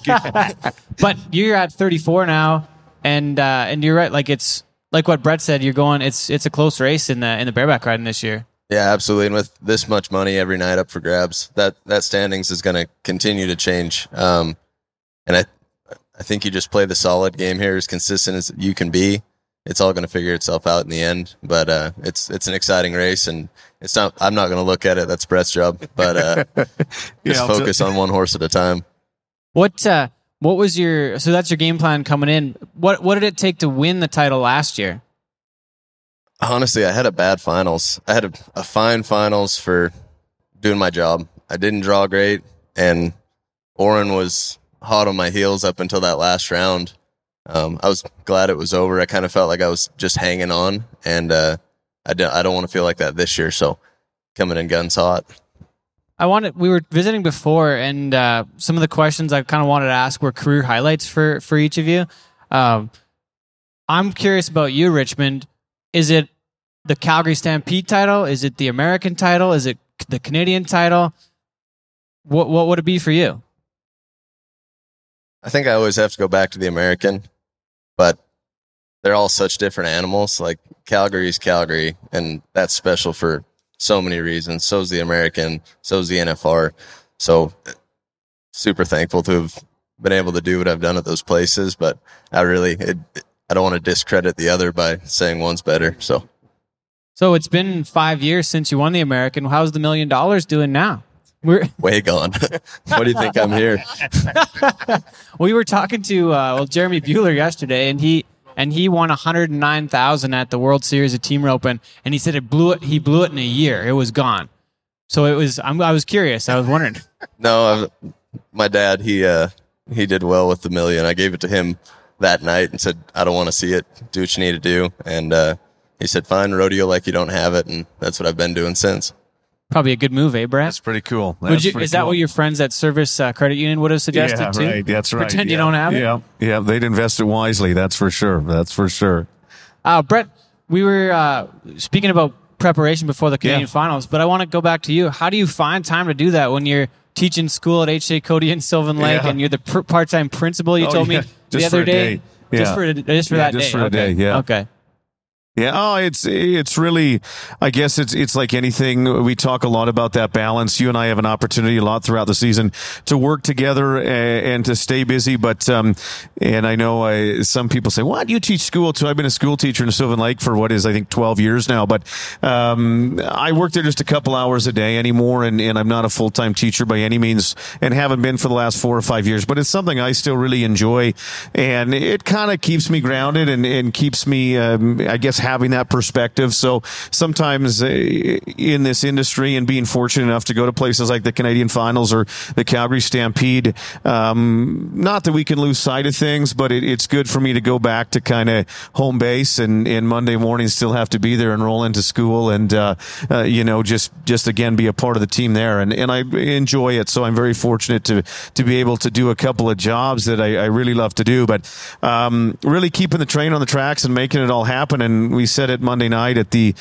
Speaker 1: But you're at thirty four now, and uh, and you're right. Like it's like what Brett said. You're going. It's it's a close race in the in the bareback riding this year.
Speaker 4: Yeah, absolutely. And with this much money every night up for grabs, that that standings is going to continue to change. Um, and I, I think you just play the solid game here, as consistent as you can be. It's all going to figure itself out in the end. But uh, it's it's an exciting race, and it's not. I'm not going to look at it. That's Brett's job. But uh, just
Speaker 3: I'll t-
Speaker 4: focus on one horse at a time.
Speaker 1: What uh, what was your so that's your game plan coming in? What what did it take to win the title last year?
Speaker 4: honestly, I had a bad finals. I had a, a fine finals for doing my job. I didn't draw great, and Oren was hot on my heels up until that last round. Um, I was glad it was over. I kind of felt like I was just hanging on, and uh, I don't, I don't want to feel like that this year. So coming in guns hot.
Speaker 1: I wanted we were visiting before, and uh, some of the questions I kind of wanted to ask were career highlights for for each of you. Um, I'm curious about you, Richmond. Is it the Calgary Stampede title? Is it the American title? Is it c- the Canadian title? What what would it be for you?
Speaker 4: I think I always have to go back to the American, but they're all such different animals. Like Calgary's Calgary, and that's special for so many reasons. So's the American, so's the NFR. So super thankful to have been able to do what I've done at those places. But I really, it, I don't want to discredit the other by saying one's better. So
Speaker 1: So it's been five years since you won the American. How's the million dollars doing now? We're
Speaker 4: way gone. what do you think I'm here?
Speaker 1: we were talking to uh, well Jeremy Bueller yesterday, and he and he won 109,000 at the World Series of Team Roping, and he said it blew it. He blew it in a year. It was gone. So it was. I'm, I was curious. I was wondering.
Speaker 4: No, I've, my dad he uh he did well with the million. I gave it to him that night and said, "I don't want to see it. Do what you need to do." And uh, he said, "Fine, rodeo like you don't have it," and that's what I've been doing since.
Speaker 1: Probably a good move, eh, Brett?
Speaker 3: That's pretty cool.
Speaker 1: Would you, is that what your friends at Service uh, Credit Union would have suggested
Speaker 3: yeah,
Speaker 1: too?
Speaker 3: Right. That's right.
Speaker 1: Pretend you
Speaker 3: yeah.
Speaker 1: don't have it.
Speaker 3: Yeah, yeah. They'd invest it wisely. That's for sure. That's for sure.
Speaker 1: Uh, Brett, we were uh, speaking about preparation before the Canadian
Speaker 3: Yeah.
Speaker 1: finals, but I want to go back to you. How do you find time to do that when you're teaching school at H.J. Cody in Sylvan Lake
Speaker 3: Yeah.
Speaker 1: and you're the pr- part time principal you
Speaker 3: Oh,
Speaker 1: told
Speaker 3: yeah.
Speaker 1: me the
Speaker 3: Just
Speaker 1: other
Speaker 3: for a
Speaker 1: day?
Speaker 3: day.
Speaker 1: Just
Speaker 3: Yeah.
Speaker 1: for, just for
Speaker 3: Yeah,
Speaker 1: that
Speaker 3: just
Speaker 1: day.
Speaker 3: for a
Speaker 1: okay.
Speaker 3: day, yeah.
Speaker 1: Okay.
Speaker 3: Yeah, oh, it's it's really. I guess it's it's like anything. We talk a lot about that balance. You and I have an opportunity a lot throughout the season to work together and, and to stay busy. But um, and I know I, some people say, "What you teach school?" too?" I've been a school teacher in Sylvan Lake for what is I think twelve years now. But um, I work there just a couple hours a day anymore, and, and I'm not a full time teacher by any means, and haven't been for the last four or five years. But it's something I still really enjoy, and it kind of keeps me grounded and and keeps me, um, I guess, having that perspective. So sometimes uh, in this industry and being fortunate enough to go to places like the Canadian Finals or the Calgary Stampede, um, not that we can lose sight of things, but it, it's good for me to go back to kind of home base and, and Monday morning still have to be there and roll into school and, uh, uh, you know, just, just again be a part of the team there. And, and I enjoy it. So I'm very fortunate to, to be able to do a couple of jobs that I, I really love to do, but, um, really keeping the train on the tracks and making it all happen. And we said it Monday night at the,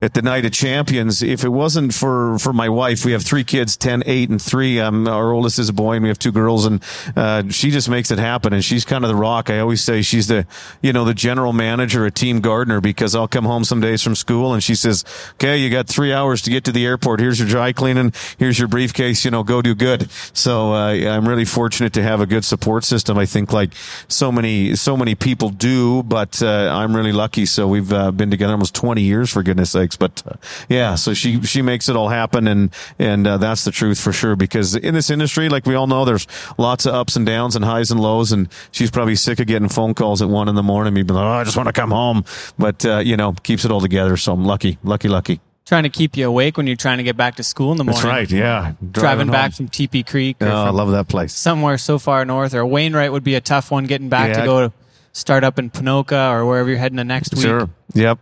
Speaker 3: at the night of champions if it wasn't for for my wife we have three kids 10 8 and 3 um, our oldest is a boy and we have two girls and uh, she just makes it happen and she's kind of the rock i always say she's the you know the general manager of team gardener because i'll come home some days from school and she says okay you got three hours to get to the airport here's your dry cleaning here's your briefcase you know go do good so uh, yeah, i'm really fortunate to have a good support system i think like so many so many people do but uh, i'm really lucky so we've uh, been together almost 20 years for goodness sakes but uh, yeah so she she makes it all happen and and uh, that's the truth for sure because in this industry like we all know there's lots of ups and downs and highs and lows and she's probably sick of getting phone calls at one in the morning me being like oh i just want to come home but uh, you know keeps it all together so i'm lucky lucky lucky
Speaker 1: Trying to keep you awake when you're trying to get back to school in the morning.
Speaker 3: yeah
Speaker 1: Driving, back from Teepee Creek or
Speaker 3: oh, i
Speaker 1: from
Speaker 3: love that place
Speaker 1: somewhere so far north, or Wainwright would be a tough one getting back to
Speaker 3: Yeah.
Speaker 1: go to start up in Pinoca or wherever you're heading the next week.
Speaker 3: sure yep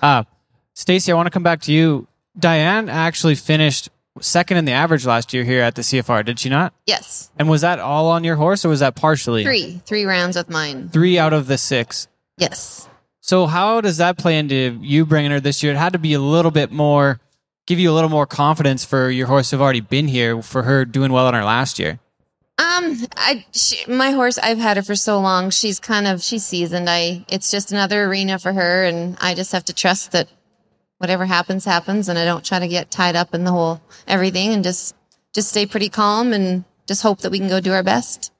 Speaker 1: Uh, Stacy, I want to come back to you. Diane actually finished second in the average last year here at the CFR, did she not?
Speaker 5: Yes.
Speaker 1: And was that all on your horse or was that partially?
Speaker 5: Three. Three rounds with mine.
Speaker 1: Three out of the six.
Speaker 5: Yes.
Speaker 1: So how does that play into you bringing her this year? It had to be a little bit more, give you a little more confidence for your horse who've already been here for her doing well in her last year.
Speaker 5: Um, I she, my horse. I've had her for so long. She's kind of she's seasoned. I. It's just another arena for her, and I just have to trust that whatever happens happens, and I don't try to get tied up in the whole everything, and just just stay pretty calm and just hope that we can go do our best.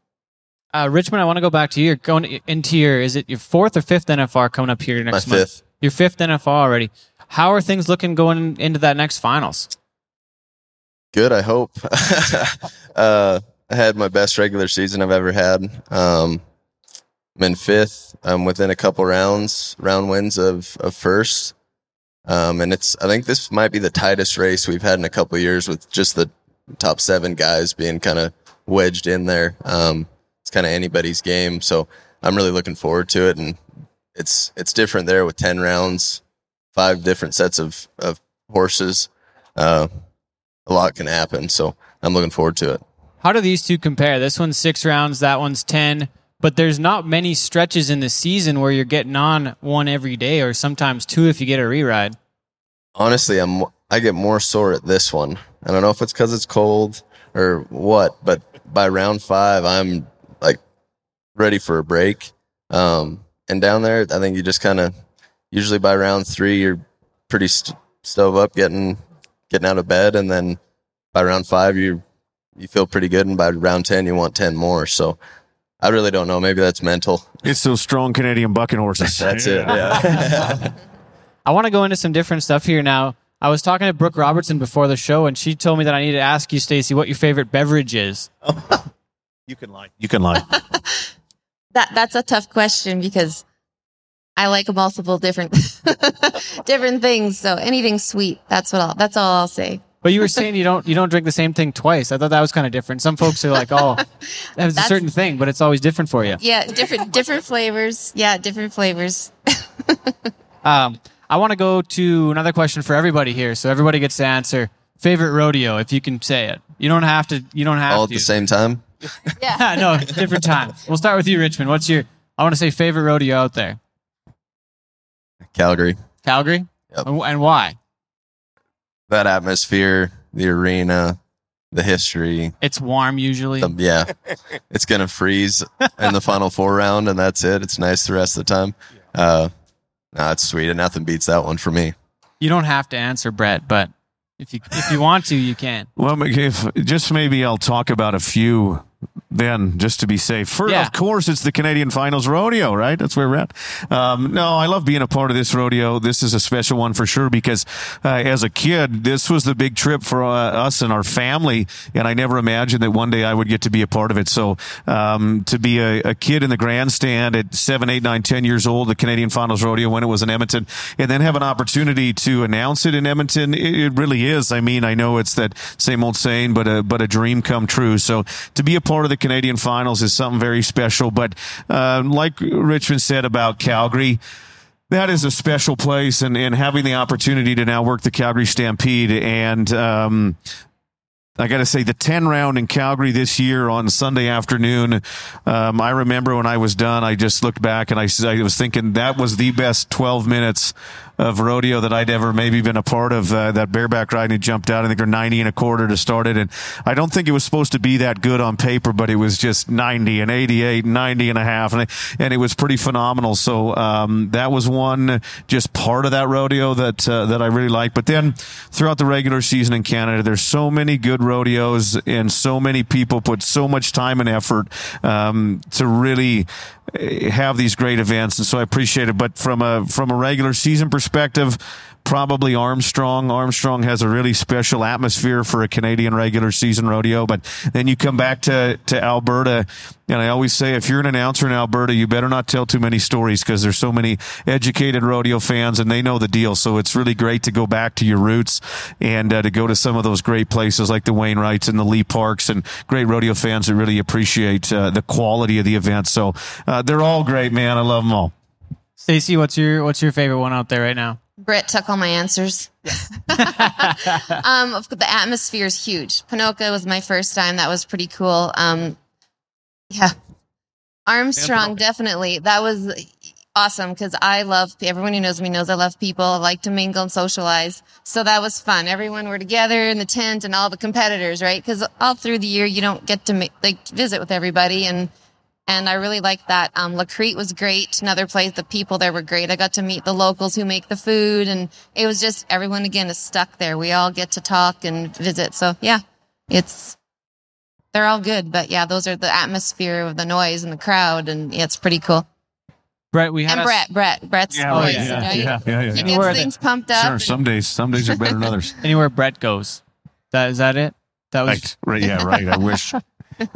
Speaker 1: Uh, Richmond, I want to go back to you. You're going into your, is it your fourth or fifth NFR coming up here next month?
Speaker 4: fifth.
Speaker 1: Your fifth NFR already. How are things looking going into that next finals?
Speaker 4: Good, I hope. uh, I had my best regular season I've ever had. Um, I'm in fifth. I'm within a couple rounds, round wins of, of first. Um, and it's, I think this might be the tightest race we've had in a couple years with just the top seven guys being kind of wedged in there. Um, it's kind of anybody's game. So I'm really looking forward to it. And it's, it's different there with 10 rounds, five different sets of, of horses. Uh, a lot can happen. So I'm looking forward to it.
Speaker 1: How do these two compare? This one's six rounds, that one's 10, but there's not many stretches in the season where you're getting on one every day or sometimes two if you get a reride.
Speaker 4: Honestly, I'm I get more sore at this one. I don't know if it's because it's cold or what, but by round five, I'm like ready for a break. Um, and down there, I think you just kind of usually by round three, you're pretty st- stove up getting getting out of bed, and then by round five, you you feel pretty good, and by round ten, you want ten more. So I really don't know. Maybe that's mental.
Speaker 3: it's those strong canadian bucking horses
Speaker 4: That's it. Yeah.
Speaker 1: I want to go into some different stuff here now. I was talking to Brooke Robertson before the show, and she told me that I need to ask you, Stacy, what your favorite beverage is.
Speaker 3: you can lie you can lie
Speaker 5: That that's a tough question because I like multiple different different things. So anything sweet, that's what I'll that's all I'll say.
Speaker 1: But you were saying you don't you don't drink the same thing twice. I thought that was kind of different. Some folks are like, oh, that was a
Speaker 5: That's-
Speaker 1: certain thing, but it's always different for you.
Speaker 5: Yeah, different different flavors. Yeah, different flavors.
Speaker 1: Um, I want to go to another question for everybody here, so everybody gets to answer favorite rodeo if you can say it. You don't have to. You don't have
Speaker 4: all at
Speaker 1: to.
Speaker 4: the same time.
Speaker 5: Yeah.
Speaker 1: Yeah, no, different time. We'll start with you, Richmond. What's your? I want to say favorite rodeo out there,
Speaker 4: Calgary.
Speaker 1: Calgary,
Speaker 4: Yep.
Speaker 1: and, and why?
Speaker 4: That atmosphere, the arena, the history.
Speaker 1: It's warm usually.
Speaker 4: the- yeah, it's gonna freeze in the final four round, and that's it. It's nice the rest of the time. Uh, nah, it's sweet, and nothing beats that one for me.
Speaker 1: You don't have to answer, Brett, but if you if you want to, you can.
Speaker 3: Well, ma- if, just maybe I'll talk about a few then, just to be safe. For,
Speaker 1: Yeah.
Speaker 3: Of course, it's the Canadian Finals Rodeo, right? That's where we're at. Um, no, I love being a part of this rodeo. This is a special one for sure because uh, as a kid, this was the big trip for uh, us and our family, and I never imagined that one day I would get to be a part of it. So um, to be a, a kid in the grandstand at seven, eight, nine, ten years old, the Canadian Finals Rodeo when it was in Edmonton, and then have an opportunity to announce it in Edmonton, it, it really is. I mean, I know it's that same old saying, but a but a dream come true. So to be a part of the Canadian Finals is something very special. But uh, like Richmond said about Calgary. That is a special place, and, and having the opportunity to now work the Calgary Stampede and um, I got to say, the 10 round in Calgary this year on Sunday afternoon. Um, I remember when I was done, I just looked back and I, s- I was thinking that was the best 12 minutes of rodeo that I'd ever maybe been a part of. Uh, that bareback ride and he jumped out, I think, or 90 and a quarter to start it. And I don't think it was supposed to be that good on paper, but it was just 90 and 88, 90 and a half. And, it- and it was pretty phenomenal. So, um, that was one just part of that rodeo that, uh, that I really liked. But then throughout the regular season in Canada, there's so many good rodeos and so many people put so much time and effort um, to really eh, have these great events, and so I appreciate it. But from a from a regular season perspective, probably Armstrong. Armstrong has a really special atmosphere for a Canadian regular season rodeo. But then you come back to to Alberta, and I always say if you're an announcer in Alberta, you better not tell too many stories because there's so many educated rodeo fans, and they know the deal. So it's really great to go back to your roots and uh, to go to some of those great places like the Wainwrights and the Lee Parks and great rodeo fans that really appreciate uh, the quality of the event. So uh, they're all great, man. I love them all.
Speaker 1: Stacy, what's your what's your favorite one out there right now?
Speaker 5: Britt took all my answers. um, of course, the atmosphere is huge. Pinoca was my first time. That was pretty cool. Um, yeah. Armstrong, definitely. That was awesome because I love everyone who knows me knows I love people. I like to mingle and socialize. So that was fun. Everyone were together in the tent and all the competitors, right? Because all through the year, you don't get to mi- like visit with everybody and and I really liked that. Um, La Crete was great. Another place, the people there were great. I got to meet the locals who make the food, and it was just everyone again is stuck there. We all get to talk and visit. So yeah, it's they're all good, but yeah, those are the atmosphere of the noise and the crowd, and yeah, it's pretty cool.
Speaker 1: Brett, we had
Speaker 5: And
Speaker 1: us-
Speaker 5: Brett, Brett, Brett's
Speaker 1: oh,
Speaker 5: voice,
Speaker 1: yeah,
Speaker 5: you know, you-
Speaker 3: yeah,
Speaker 5: He
Speaker 1: yeah. Where are
Speaker 5: gets
Speaker 1: they?
Speaker 5: things pumped up.
Speaker 3: Sure,
Speaker 5: and-
Speaker 3: some days some days are better than others.
Speaker 1: anywhere Brett goes. That is that it. That was
Speaker 3: Right, right, yeah, right. I wish. Uh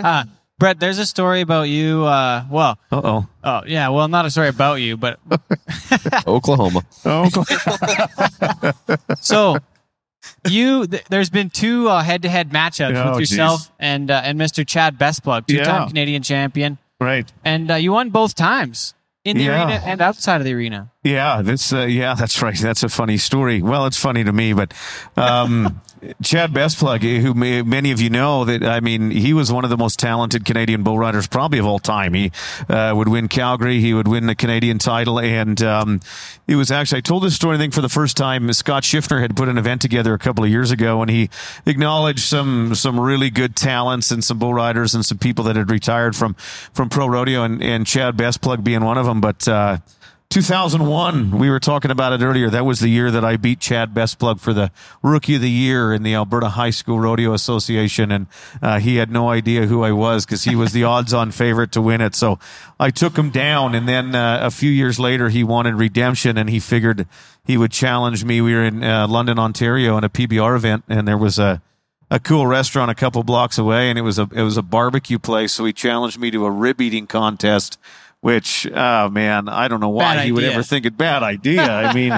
Speaker 1: uh, Brett. There's a story about you. Uh, well,
Speaker 3: oh.
Speaker 1: oh yeah, well, not a story about you, but
Speaker 4: Oklahoma.
Speaker 3: Oh, go-
Speaker 1: so you. Th- there's been two uh, head-to-head matchups
Speaker 3: Oh,
Speaker 1: with
Speaker 3: geez.
Speaker 1: yourself and uh, and Mr. Chad Bestplug, two-time
Speaker 3: Yeah.
Speaker 1: Canadian champion,
Speaker 3: right.
Speaker 1: and uh, you won both times in the
Speaker 3: Yeah.
Speaker 1: arena and outside of the arena.
Speaker 3: Yeah, that's uh, yeah, that's right. That's a funny story. Well, it's funny to me, but um, Chad Bestplug, eh, who may, many of you know, that I mean, he was one of the most talented Canadian bull riders probably of all time. He uh, would win Calgary, he would win the Canadian title, and um, it was actually I told this story I think for the first time. Scott Schiffner had put an event together a couple of years ago, and he acknowledged some some really good talents and some bull riders and some people that had retired from from pro rodeo, and, and Chad Bestplug being one of them, but. Uh, 2001, we were talking about it earlier. That was the year that I beat Chad Bestplug for the Rookie of the Year in the Alberta High School Rodeo Association. And uh, he had no idea who I was because he was the odds on favorite to win it. So I took him down. And then uh, a few years later, he wanted redemption and he figured he would challenge me. We were in uh, London, Ontario, in a PBR event, and there was a a cool restaurant a couple blocks away, and it was a it was a barbecue place. So he challenged me to a rib eating contest which, oh man, I don't know why
Speaker 1: Bad
Speaker 3: he would
Speaker 1: idea.
Speaker 3: ever think it bad idea. I mean,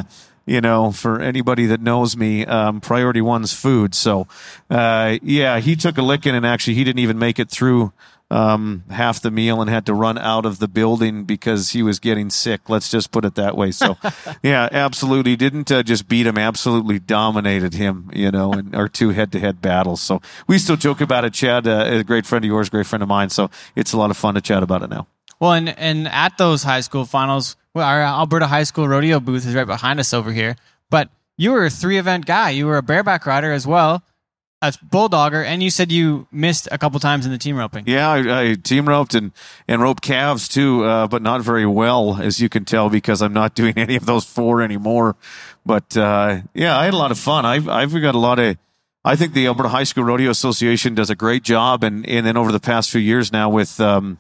Speaker 3: you know, for anybody that knows me, um, priority one's food. So, uh, yeah, he took a licking and actually he didn't even make it through um, half the meal and had to run out of the building because he was getting sick. Let's just put it that way. So, yeah, absolutely didn't uh, just beat him, absolutely dominated him, you know, in our two head to head battles. So, we still joke about it. Chad, uh, a great friend of yours, great friend of mine. So, it's a lot of fun to chat about it now.
Speaker 1: Well, and, and at those high school finals, well, our uh, Alberta High School rodeo booth is right behind us over here. But you were a three event guy. You were a bareback rider as well, a bulldogger, and you said you missed a couple times in the team roping.
Speaker 3: Yeah, I, I team roped and, and roped calves too, uh, but not very well, as you can tell, because I'm not doing any of those four anymore. But uh, yeah, I had a lot of fun. I've, I've got a lot of. I think the Alberta High School Rodeo Association does a great job, and, and then over the past few years now with um,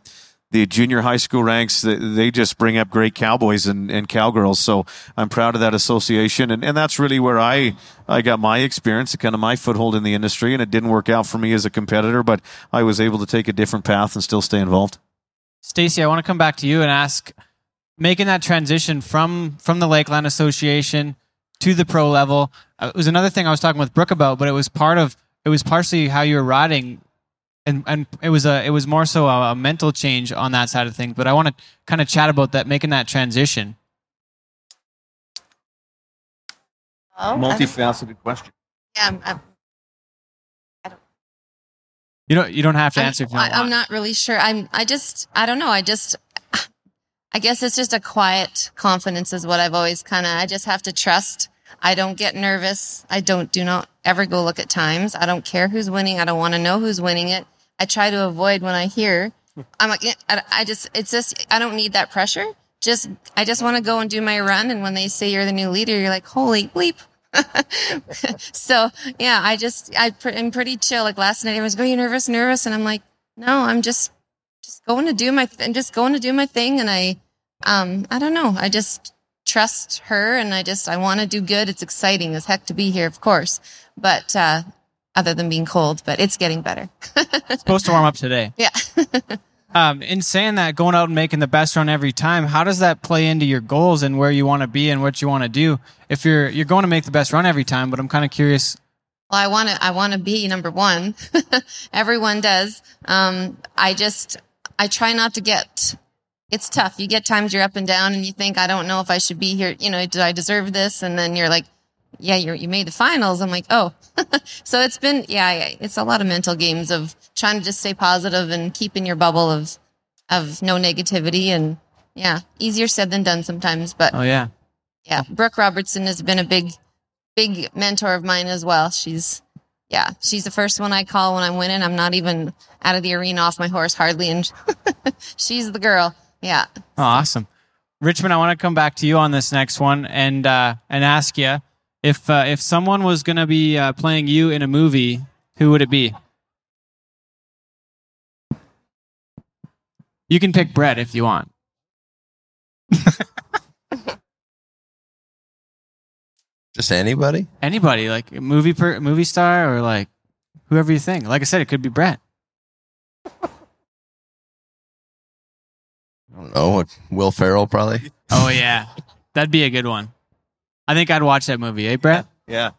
Speaker 3: the junior high school ranks, th- they just bring up great cowboys and, and cowgirls. So I'm proud of that association, and, and that's really where I I got my experience, kind of my foothold in the industry, and it didn't work out for me as a competitor, but I was able to take a different path and still stay involved.
Speaker 1: Stacy, I want to come back to you and ask making that transition from from the Lakeland Association to the pro level. uh, It was another thing I was talking with Brooke about, but it was part of it was partially how you were riding and and it was a it was more so a, a mental change on that side of things, but I want to kind of chat about that making that transition.
Speaker 5: Oh,
Speaker 6: Multifaceted question.
Speaker 5: I, am I'm,
Speaker 1: You don't you don't have to answer if you don't
Speaker 5: I, I'm
Speaker 1: want.
Speaker 5: not really sure. I'm. I just. I don't know. I just. I guess it's just a quiet confidence is what I've always kind of. I just have to trust. I don't get nervous. I don't. Do not ever go look at times. I don't care who's winning. I don't want to know who's winning it. I try to avoid when I hear. I'm like. eh, I, I just. It's just. I don't need that pressure. Just. I just want to go and do my run. And when they say you're the new leader, you're like, holy bleep. so yeah, I just I pr- am pretty chill. Like last night, everyone's going, "You nervous? Nervous?" And I'm like, "No, I'm just just going to do my th- I'm just going to do my thing." And I um I don't know. I just trust her, and I just I want to do good. It's exciting as heck to be here, of course. But uh, other than being cold, but it's getting better.
Speaker 1: It's supposed to warm up today.
Speaker 5: yeah.
Speaker 1: Um, in saying that, going out and making the best run every time, how does that play into your goals and where you want to be and what you want to do? If you're you're going to make the best run every time, but I'm kind of curious
Speaker 5: Well, I want to, I want to be number one. Everyone does. Um, I just, I try not to get, it's tough. You get times you're up and down and you think, I don't know if I should be here. You know, do I deserve this? And then you're like, yeah, you're, you made the finals. I'm like, oh, so it's been, yeah, yeah, it's a lot of mental games of trying to just stay positive and keep in your bubble of, of no negativity. And yeah, easier said than done sometimes, but
Speaker 1: Oh yeah.
Speaker 5: yeah brooke robertson has been a big big mentor of mine as well she's yeah she's the first one i call when i'm winning i'm not even out of the arena off my horse hardly and she's the girl yeah
Speaker 1: Oh, awesome, Richmond. I want to come back to you on this next one and uh, and ask you if uh, if someone was going to be uh, playing you in a movie, who would it be? You can pick Brett if you want.
Speaker 4: Just anybody?
Speaker 1: Anybody, like a movie per, movie star or like whoever you think. Like I said, it could be Brett.
Speaker 4: I don't know. Will Ferrell probably.
Speaker 1: Oh yeah, that'd be a good one. I think I'd watch that movie, eh, Brett?
Speaker 6: Yeah.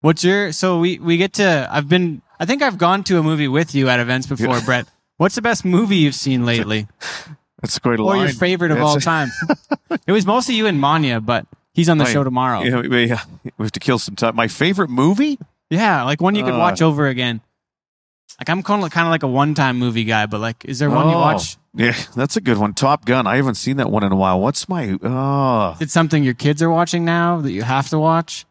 Speaker 1: What's your so we we get to I've been I think I've gone to a movie with you at events before, Brett. What's the best movie you've seen lately,
Speaker 3: That's a great
Speaker 1: or your
Speaker 3: line.
Speaker 1: favorite of all
Speaker 3: It's-
Speaker 1: time? it was mostly you and Manya, but he's on the
Speaker 3: Wait.
Speaker 1: show tomorrow.
Speaker 3: Yeah, we, yeah, we have to kill some time. My favorite movie?
Speaker 1: Yeah, like one you could
Speaker 3: Uh.
Speaker 1: watch over again. Like I'm kind of kind of like a one-time movie guy, but like, is there one you
Speaker 3: Oh.
Speaker 1: watch?
Speaker 3: Yeah, that's a good one. Top Gun. I haven't seen that one in a while. What's my? Oh,
Speaker 1: Is it something your kids are watching now that you have to watch?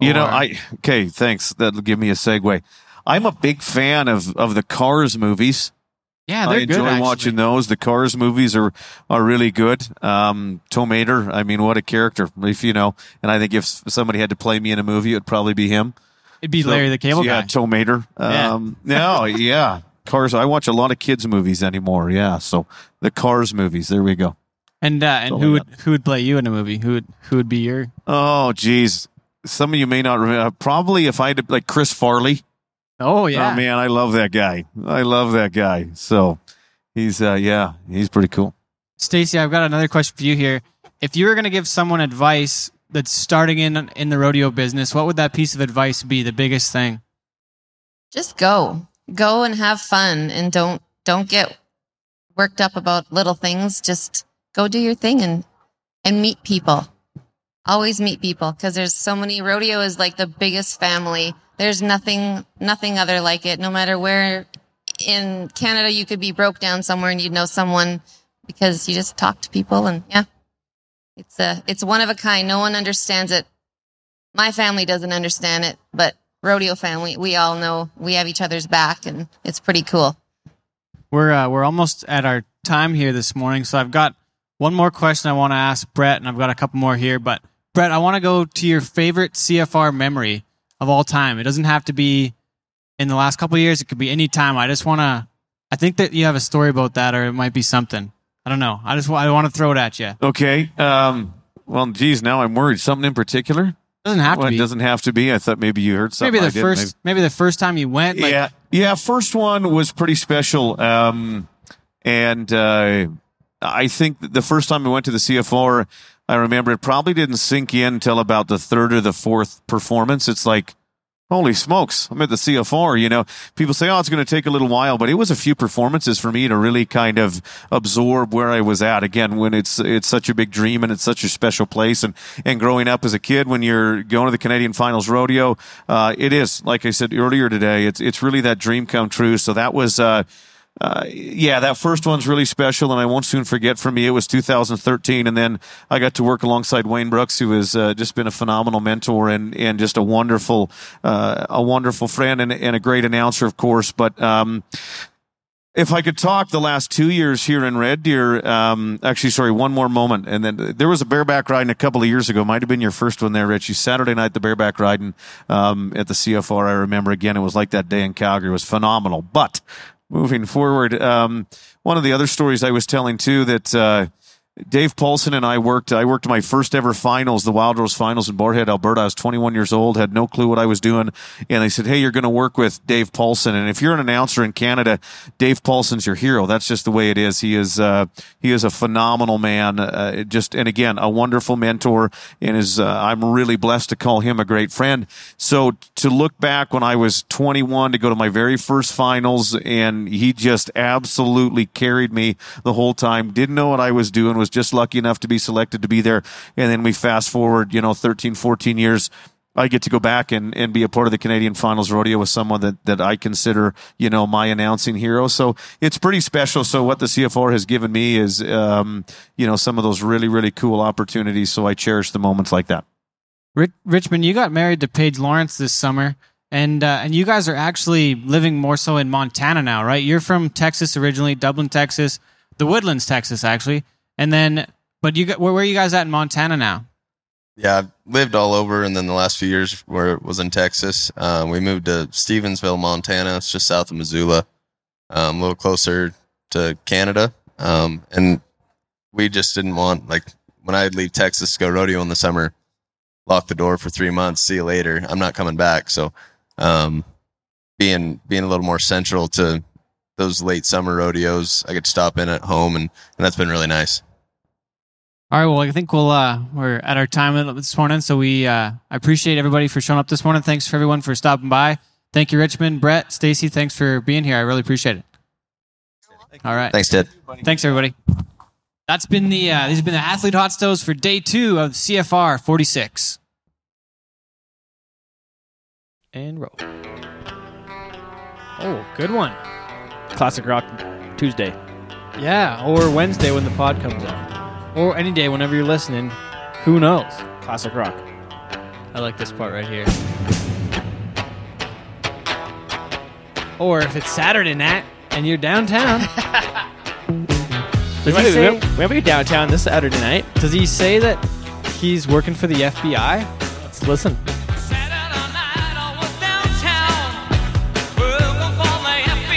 Speaker 3: You know,
Speaker 1: Or-
Speaker 3: I okay. Thanks. That'll give me a segue. I'm a big fan of of the Cars movies.
Speaker 1: yeah, they're
Speaker 3: I enjoy
Speaker 1: good. actually.
Speaker 3: watching those. The Cars movies are are really good. Um, Tomater. I mean, what a character! If you know, and I think if somebody had to play me in a movie, it'd probably be him.
Speaker 1: It'd be Larry the Cable
Speaker 3: yeah,
Speaker 1: Guy.
Speaker 3: Tomater.
Speaker 1: Yeah.
Speaker 3: Um, no, yeah. Cars. I watch a lot of kids movies anymore. Yeah, so the Cars movies. There we go.
Speaker 1: and uh, and
Speaker 3: Totally
Speaker 1: who would who would play you in a movie? Who would who would be your
Speaker 3: Oh, geez. Some of you may not remember. Probably if I had to, like Chris Farley.
Speaker 1: Oh yeah.
Speaker 3: Oh man, I love that guy. I love that guy. So he's uh yeah, he's pretty cool.
Speaker 1: Stacy, I've got another question for you here. If you were going to give someone advice that's starting in in the rodeo business, what would that piece of advice be? The biggest thing.
Speaker 5: just go go and have fun and don't don't get worked up about little things just go do your thing and and meet people always meet people because there's so many rodeo is like the biggest family there's nothing nothing other like it no matter where in canada you could be broke down somewhere and you'd know someone because you just talk to people and yeah it's a it's one of a kind no one understands it my family doesn't understand it, but rodeo family, we all know we have each other's back, and it's pretty cool.
Speaker 1: We're uh, we're almost at our time here this morning, so I've got one more question I want to ask Brett, and I've got a couple more here. But Brett, I want to go to your favorite CFR memory of all time. It doesn't have to be in the last couple of years; it could be any time. I just want to. I think that you have a story about that, or it might be something. I don't know. I just wa- I want to throw it at you. It
Speaker 3: Okay. Um, well, geez, now I'm worried. Something in particular?
Speaker 1: doesn't have to
Speaker 3: Well, it
Speaker 1: be.
Speaker 3: doesn't have to be. I thought maybe you heard something.
Speaker 1: maybe
Speaker 3: I
Speaker 1: the
Speaker 3: didn't.
Speaker 1: first maybe the first time you went. Like,
Speaker 3: yeah, yeah. First one was pretty special, um, and uh, I think that the first time we went to the CFR, I remember it probably didn't sink in till about the third or the fourth performance. It's like, holy smokes, I'm at the CFR. You know, people say, oh, it's going to take a little while, but it was a few performances for me to really kind of absorb where I was at. Again, when it's it's such a big dream and it's such a special place, and and growing up as a kid, when you're going to the Canadian Finals Rodeo, uh, it is like I said earlier today. It's it's really that dream come true. So that was. Uh, uh, yeah, that first one's really special, and I won't soon forget. For me, it was 2013, and then I got to work alongside Wayne Brooks, who has uh, just been a phenomenal mentor and and just a wonderful uh, a wonderful friend and, and a great announcer, of course. But um, if I could talk the last two years here in Red Deer, um, actually, sorry, one more moment. And then there was a bareback riding a couple of years ago. Might have been your first one there, Richie. Saturday night, the bareback riding um, at the CFR. I remember again, it was like that day in Calgary. It was phenomenal. But moving forward, um, one of the other stories I was telling too that. Uh, Dave Paulson and I worked. I worked my first ever finals, the Wild Rose Finals in Barhead, Alberta. I was 21 years old, had no clue what I was doing, and they said, "Hey, you're going to work with Dave Paulson." And if you're an announcer in Canada, Dave Paulson's your hero. That's just the way it is. He is uh, he is a phenomenal man. Uh, it just and again, a wonderful mentor, and is uh, I'm really blessed to call him a great friend. So to look back when I was 21 to go to my very first finals, and he just absolutely carried me the whole time. Didn't know what I was doing, was just lucky enough to be selected to be there. And then we fast forward, you know, 13, 14 years. I get to go back and, and be a part of the Canadian Finals Rodeo with someone that, that I consider, you know, my announcing hero. So it's pretty special. So what the CFR has given me is, um, you know, some of those really, really cool opportunities. So I cherish the moments like that.
Speaker 1: Rich, Richmond, you got married to Paige Lawrence this summer, and uh, and you guys are actually living more so in Montana now, right? You're from Texas originally, Dublin, Texas, the Woodlands, Texas, actually, and then but you got where, where are you guys at in Montana now?
Speaker 4: Yeah, I've lived all over, and then the last few years where it was in Texas. Uh, we moved to Stevensville, Montana. It's just south of Missoula, um, a little closer to Canada. Um, and we just didn't want like when I'd leave Texas to go rodeo in the summer, lock the door for three months, see you later. I'm not coming back. So, um, being being a little more central to those late summer rodeos, I could stop in at home, and, and that's been really nice.
Speaker 1: All right, well, I think we'll uh, we're at our time limit this morning, so we uh, I appreciate everybody for showing up this morning. Thanks for everyone for stopping by. Thank you, Richmond, Brett, Stacy. Thanks for being here. I really appreciate it. All right.
Speaker 4: Thanks, Ted.
Speaker 1: Thanks, everybody. That's been the uh, these have been the athlete hot stoves for day two of CFR 46.
Speaker 2: And roll.
Speaker 1: Oh, good one.
Speaker 2: Classic Rock Tuesday.
Speaker 6: Yeah, or Wednesday when the pod comes out. Or any day whenever you're listening. Who knows?
Speaker 2: Classic Rock.
Speaker 6: I like this part right here. Or if it's Saturday night and you're downtown,
Speaker 2: We
Speaker 6: does,
Speaker 2: might,
Speaker 6: he
Speaker 2: be,
Speaker 6: say,
Speaker 2: we might be downtown this Saturday night.
Speaker 6: does he say that he's working for the FBI?
Speaker 2: Let's listen.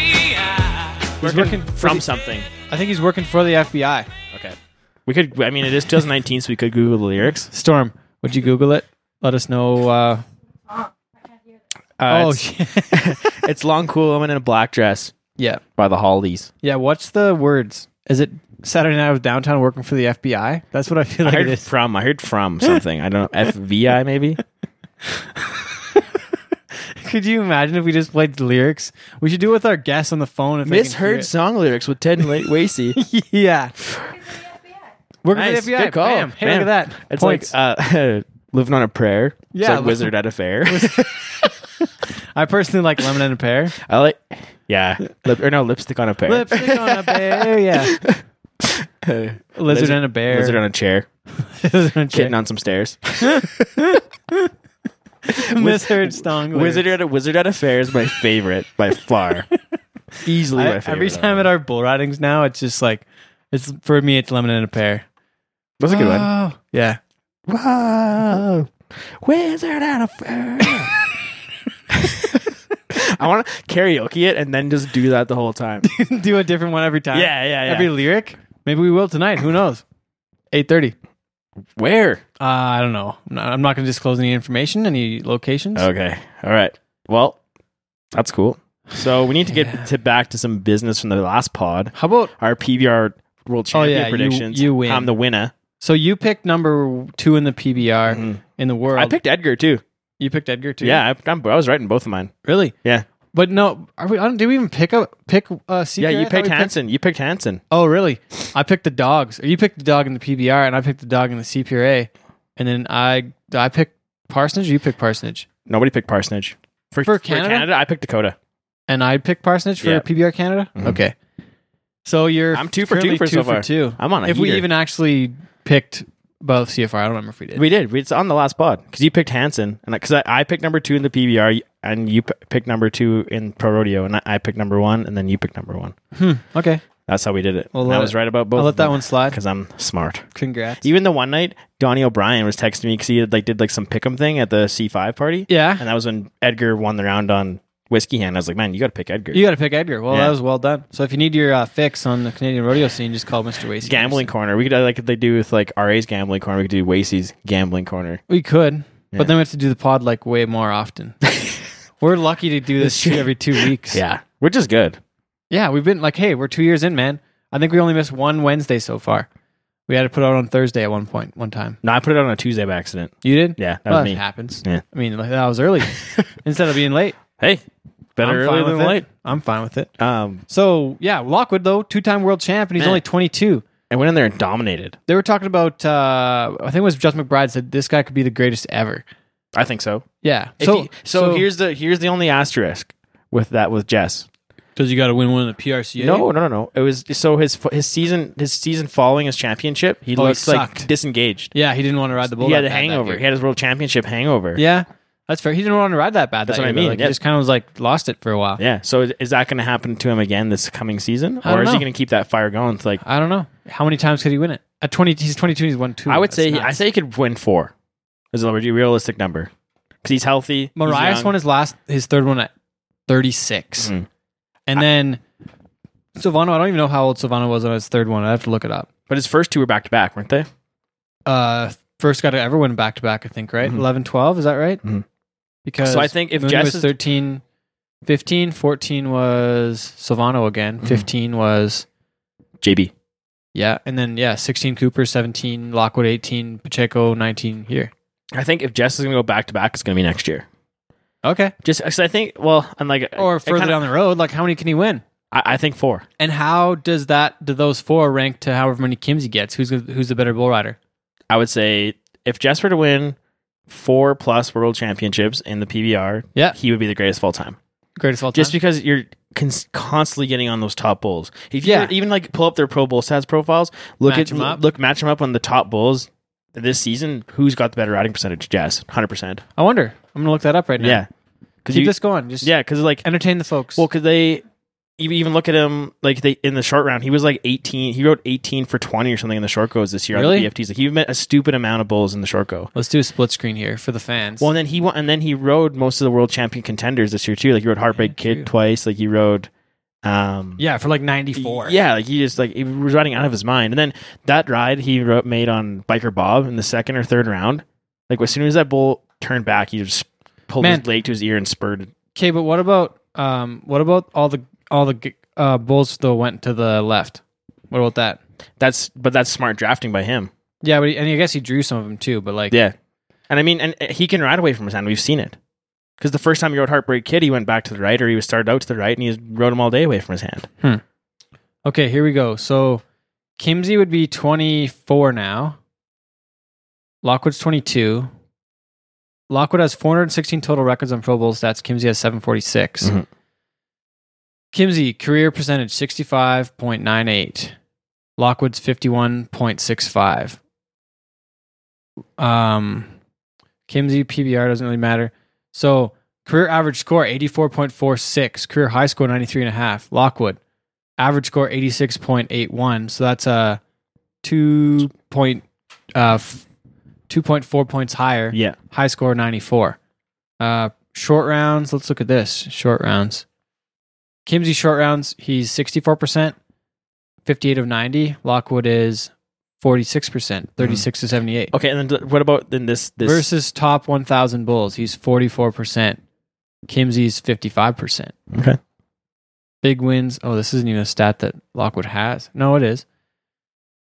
Speaker 2: He's working from something.
Speaker 6: I think he's working for the FBI.
Speaker 2: Okay. We could. I mean, it is 2019, so we could Google the lyrics.
Speaker 6: Storm, would you Google it? Let us know. Uh,
Speaker 2: Uh,
Speaker 6: oh,
Speaker 2: it's, it's long, cool woman in a black dress
Speaker 6: yeah.
Speaker 2: by the Hollies.
Speaker 6: Yeah, what's the words?
Speaker 1: Is it Saturday night I was downtown working for the FBI? That's what I feel
Speaker 2: I
Speaker 1: like it
Speaker 2: heard
Speaker 1: is.
Speaker 2: from. I heard from something. I don't know. FVI maybe.
Speaker 1: Could you imagine if we just played the lyrics? We should do it with our guests on the phone. If they can hear
Speaker 2: Misheard song lyrics with Ted La- Wasey.
Speaker 1: it. yeah. Working
Speaker 2: Nice,
Speaker 1: for the FBI.
Speaker 2: good call.
Speaker 1: Bam. Hey,
Speaker 2: Bam.
Speaker 1: look at that.
Speaker 2: It's
Speaker 1: Points.
Speaker 2: like uh, living on a prayer. It's
Speaker 1: Yeah,
Speaker 2: like wizard at a fair.
Speaker 1: I personally like lemon and a pear.
Speaker 2: I like. Yeah, lip, or no, lipstick on a pear.
Speaker 1: Lipstick on a bear. Yeah.
Speaker 2: Lizard,
Speaker 1: Lizard and a bear.
Speaker 2: Lizard on a chair.
Speaker 1: Lizard and a
Speaker 2: Getting
Speaker 1: chair.
Speaker 2: on some stairs.
Speaker 1: Misheard song. lyrics.
Speaker 2: Wizard at a wizard at a fair is my favorite by far. Easily
Speaker 1: I-
Speaker 2: my favorite.
Speaker 1: every time at our bull ridings now, it's just like it's for me. It's lemon and a pear.
Speaker 2: that's a good one.
Speaker 1: Oh yeah.
Speaker 2: Ah, Whoa, wizard at a fair. I want to karaoke it and then just do that the whole time.
Speaker 1: do a different one every time.
Speaker 2: Yeah, yeah, yeah.
Speaker 1: Every lyric. Maybe we will tonight. Who knows? Eight thirty.
Speaker 2: Where?
Speaker 1: Uh, I don't know. I'm not, I'm not going to disclose any information, any locations.
Speaker 2: Okay. All right. Well, that's cool. So we need to get to back to some business from the last pod.
Speaker 1: How about
Speaker 2: Our PBR
Speaker 1: Oh,
Speaker 2: World Champion
Speaker 1: yeah, you-
Speaker 2: predictions.
Speaker 1: you win.
Speaker 2: I'm the winner.
Speaker 1: so you picked number two in the PBR in the world.
Speaker 2: I picked Edgar too.
Speaker 1: you picked Edgar too.
Speaker 2: Mm-hmm. Yeah, I, I'm, I was right in both of mine.
Speaker 1: really.
Speaker 2: Yeah.
Speaker 1: But no, are we? on- Did we even pick up pick? Uh,
Speaker 2: Yeah,
Speaker 1: secret? I
Speaker 2: you
Speaker 1: thought
Speaker 2: picked
Speaker 1: we
Speaker 2: Hanson. You picked Hanson.
Speaker 1: Oh, really? I picked the dogs. Or you picked the dog in the PBR, and I picked the dog in the CPRA, and then I I picked Parsonage. You picked Parsonage,
Speaker 2: Nobody picked Parsonage.
Speaker 1: For Canada?
Speaker 2: I picked Dakota.
Speaker 1: and I picked Parsonage for
Speaker 2: Yeah. Mm-hmm.
Speaker 1: PBR Canada. Okay, so you're
Speaker 2: I'm two for
Speaker 1: currently
Speaker 2: two for
Speaker 1: two
Speaker 2: so
Speaker 1: for
Speaker 2: far.
Speaker 1: two.
Speaker 2: I'm on a
Speaker 1: if we
Speaker 2: heater.
Speaker 1: even actually picked both CFR, I don't remember if we did.
Speaker 2: We did. We- It's on the last pod because you picked Hanson, and because I, I picked number two in the PBR, and you p- picked number two in Pro Rodeo, and I, I picked number one, and then you picked number one.
Speaker 1: okay,
Speaker 2: That's how we did it.
Speaker 1: Well,
Speaker 2: And I
Speaker 1: let-
Speaker 2: was right about both.
Speaker 1: I'll let that one slide.
Speaker 2: because I'm smart.
Speaker 1: Congrats.
Speaker 2: Even the one night, Donnie O'Brien was texting me because he had, like did like some pick'em thing at the C5 party.
Speaker 1: Yeah.
Speaker 2: and that was when Edgar won the round on whiskey hand. I was like, man, you got to pick Edgar.
Speaker 1: you got to pick Edgar. Well,
Speaker 2: Yeah.
Speaker 1: that was well done. So if you need your uh, fix on the Canadian rodeo scene, just call Mr. Wasey.
Speaker 2: gambling corner. We could uh, like if they do with like RA's gambling corner. We could do Wasey's gambling corner.
Speaker 1: We could, but then we have to do the pod like way more often. We're lucky to do this shoot every two weeks.
Speaker 2: Yeah, which is good.
Speaker 1: Yeah, we've been like, hey, we're two years in, man. I think we only missed one Wednesday so far. We had to put out on Thursday at one point, one time.
Speaker 2: No, I put it on a Tuesday by accident.
Speaker 1: You did?
Speaker 2: Yeah, that
Speaker 1: well,
Speaker 2: was me.
Speaker 1: happens.
Speaker 2: Yeah.
Speaker 1: I mean, like, that was early instead of being late. I'm
Speaker 2: Hey, better
Speaker 1: fine
Speaker 2: early than
Speaker 1: with it.
Speaker 2: late.
Speaker 1: I'm fine with it.
Speaker 2: Um,
Speaker 1: So yeah, Lockwood though, two-time world champ, and he's
Speaker 2: Man.
Speaker 1: only 22.
Speaker 2: I went in there and dominated.
Speaker 1: They were talking about, uh, I think it was Justin McBride said this guy could be the greatest ever.
Speaker 2: I think so.
Speaker 1: Yeah.
Speaker 2: so, so here's the here's the only asterisk with that with Jess.
Speaker 1: because you got to win one of the PRCA.
Speaker 2: No, no, no, no. It was so his his season his season following his championship, he
Speaker 1: Oh, he
Speaker 2: looks like
Speaker 1: sucked.
Speaker 2: disengaged.
Speaker 1: Yeah, he didn't want to ride the bull.
Speaker 2: he had
Speaker 1: that
Speaker 2: a
Speaker 1: bad that
Speaker 2: hangover.
Speaker 1: year.
Speaker 2: He had his world championship hangover.
Speaker 1: Yeah, that's fair. He didn't want to ride that bad.
Speaker 2: That's
Speaker 1: that
Speaker 2: what I
Speaker 1: year, though.
Speaker 2: mean,
Speaker 1: Like,
Speaker 2: yeah.
Speaker 1: He just kind of was like lost it for a while.
Speaker 2: Yeah. So is, is that going to happen to him again this coming season,
Speaker 1: I don't
Speaker 2: or is he
Speaker 1: know.
Speaker 2: going to keep that fire going? It's like
Speaker 1: I don't know how many times could he win it. At twenty, he's twenty two. He's won two.
Speaker 2: I would
Speaker 1: That's
Speaker 2: say he, I
Speaker 1: nuts.
Speaker 2: say he could win four. Is a realistic number because he's healthy.
Speaker 1: Marias
Speaker 2: he's young.
Speaker 1: won his last his third one at thirty six,
Speaker 2: Mhm.
Speaker 1: and then Silvano. I don't even know how old Silvano was on his third one. I have to look it up.
Speaker 2: but his first two were back to back, weren't they?
Speaker 1: Uh, first guy to ever win back to back. I think right
Speaker 2: Mhm.
Speaker 1: eleven twelve. Is that right?
Speaker 2: Mhm.
Speaker 1: Because
Speaker 2: So I think if
Speaker 1: Mooney
Speaker 2: Jess
Speaker 1: was
Speaker 2: is-
Speaker 1: 13, 15, 14 was Silvano again.
Speaker 2: Mm-hmm.
Speaker 1: Fifteen was.
Speaker 2: JB.
Speaker 1: Yeah, and then yeah, sixteen Cooper, seventeen Lockwood, eighteen Pacheco, nineteen here.
Speaker 2: I think if Jess is going to go back to back, it's going to be next year.
Speaker 1: Okay,
Speaker 2: Just because I think, well, I'm like,
Speaker 1: or
Speaker 2: I
Speaker 1: further
Speaker 2: kinda-
Speaker 1: down the road, like how many can he win?
Speaker 2: I, I think four.
Speaker 1: And how does that do those four rank to however many Kims he gets? Who's who's the better bull rider?
Speaker 2: I would say if Jess were to win four plus world championships in the PBR,
Speaker 1: Yeah.
Speaker 2: he would be the greatest of all time.
Speaker 1: Greatest of all time.
Speaker 2: Just because you're cons- constantly getting on those top bulls. If you
Speaker 1: Yeah.
Speaker 2: were- even like pull up their Pro Bowl stats profiles, look
Speaker 1: Match
Speaker 2: at
Speaker 1: 'em up.
Speaker 2: look match them up on the top bulls this season. Who's got the better riding percentage? Jess, hundred percent.
Speaker 1: I wonder. I'm gonna look that up right now.
Speaker 2: Yeah, because
Speaker 1: keep this going. Just
Speaker 2: yeah, because like
Speaker 1: entertain the folks.
Speaker 2: well, because they you even look at him like they in the short round, he was like eighteen. He rode eighteen for twenty or something in the short goes this year. on the
Speaker 1: Really?
Speaker 2: BFTs. Like he met a stupid amount of bulls in the short go.
Speaker 1: let's do a split screen here for the fans.
Speaker 2: Well, and then he won, and then he rode most of the world champion contenders this year too. Like he rode Heartbreak Kid twice. Like he rode, um,
Speaker 1: yeah, for like ninety four.
Speaker 2: yeah, like he just like he was riding out of his mind. And then that ride he wrote, made on Biker Bob in the second or third round, like as soon as that bull turned back, he just pulled
Speaker 1: Man.
Speaker 2: his leg to his ear and spurred.
Speaker 1: Okay, but what about um what about all the all the uh bulls still went to the left? What about that?
Speaker 2: That's but that's smart drafting by him.
Speaker 1: Yeah, but he, and I guess he drew some of them too. But like,
Speaker 2: Yeah, and I mean, and uh, he can ride away from his hand. We've seen it because the first time he rode Heartbreak Kid, he went back to the right, or he was started out to the right, and he rode him all day away from his hand.
Speaker 1: Okay, here we go. So Kimsey would be 24 now. Lockwood's 22. Lockwood has 416 total records on Pro Bowl stats. Kimsey has 746.
Speaker 2: Mhm.
Speaker 1: Kimsey, career percentage 65.98. Lockwood's 51.65. Um, Kimsey, PBR doesn't really matter. So career average score 84.46. Career high score 93.5. Lockwood average score 86.81 so that's uh, 2 point uh f- 2.4 points higher
Speaker 2: Yeah,
Speaker 1: high score 94 uh short rounds let's look at this short rounds kimsey short rounds he's 64% 58 of 90 lockwood is 46% 36 to 78
Speaker 2: okay. And then th- what about then this this
Speaker 1: versus top 1000 bulls he's 44% kimsey's 55%
Speaker 2: okay.
Speaker 1: Big wins. Oh, this isn't even a stat that Lockwood has. No, it is.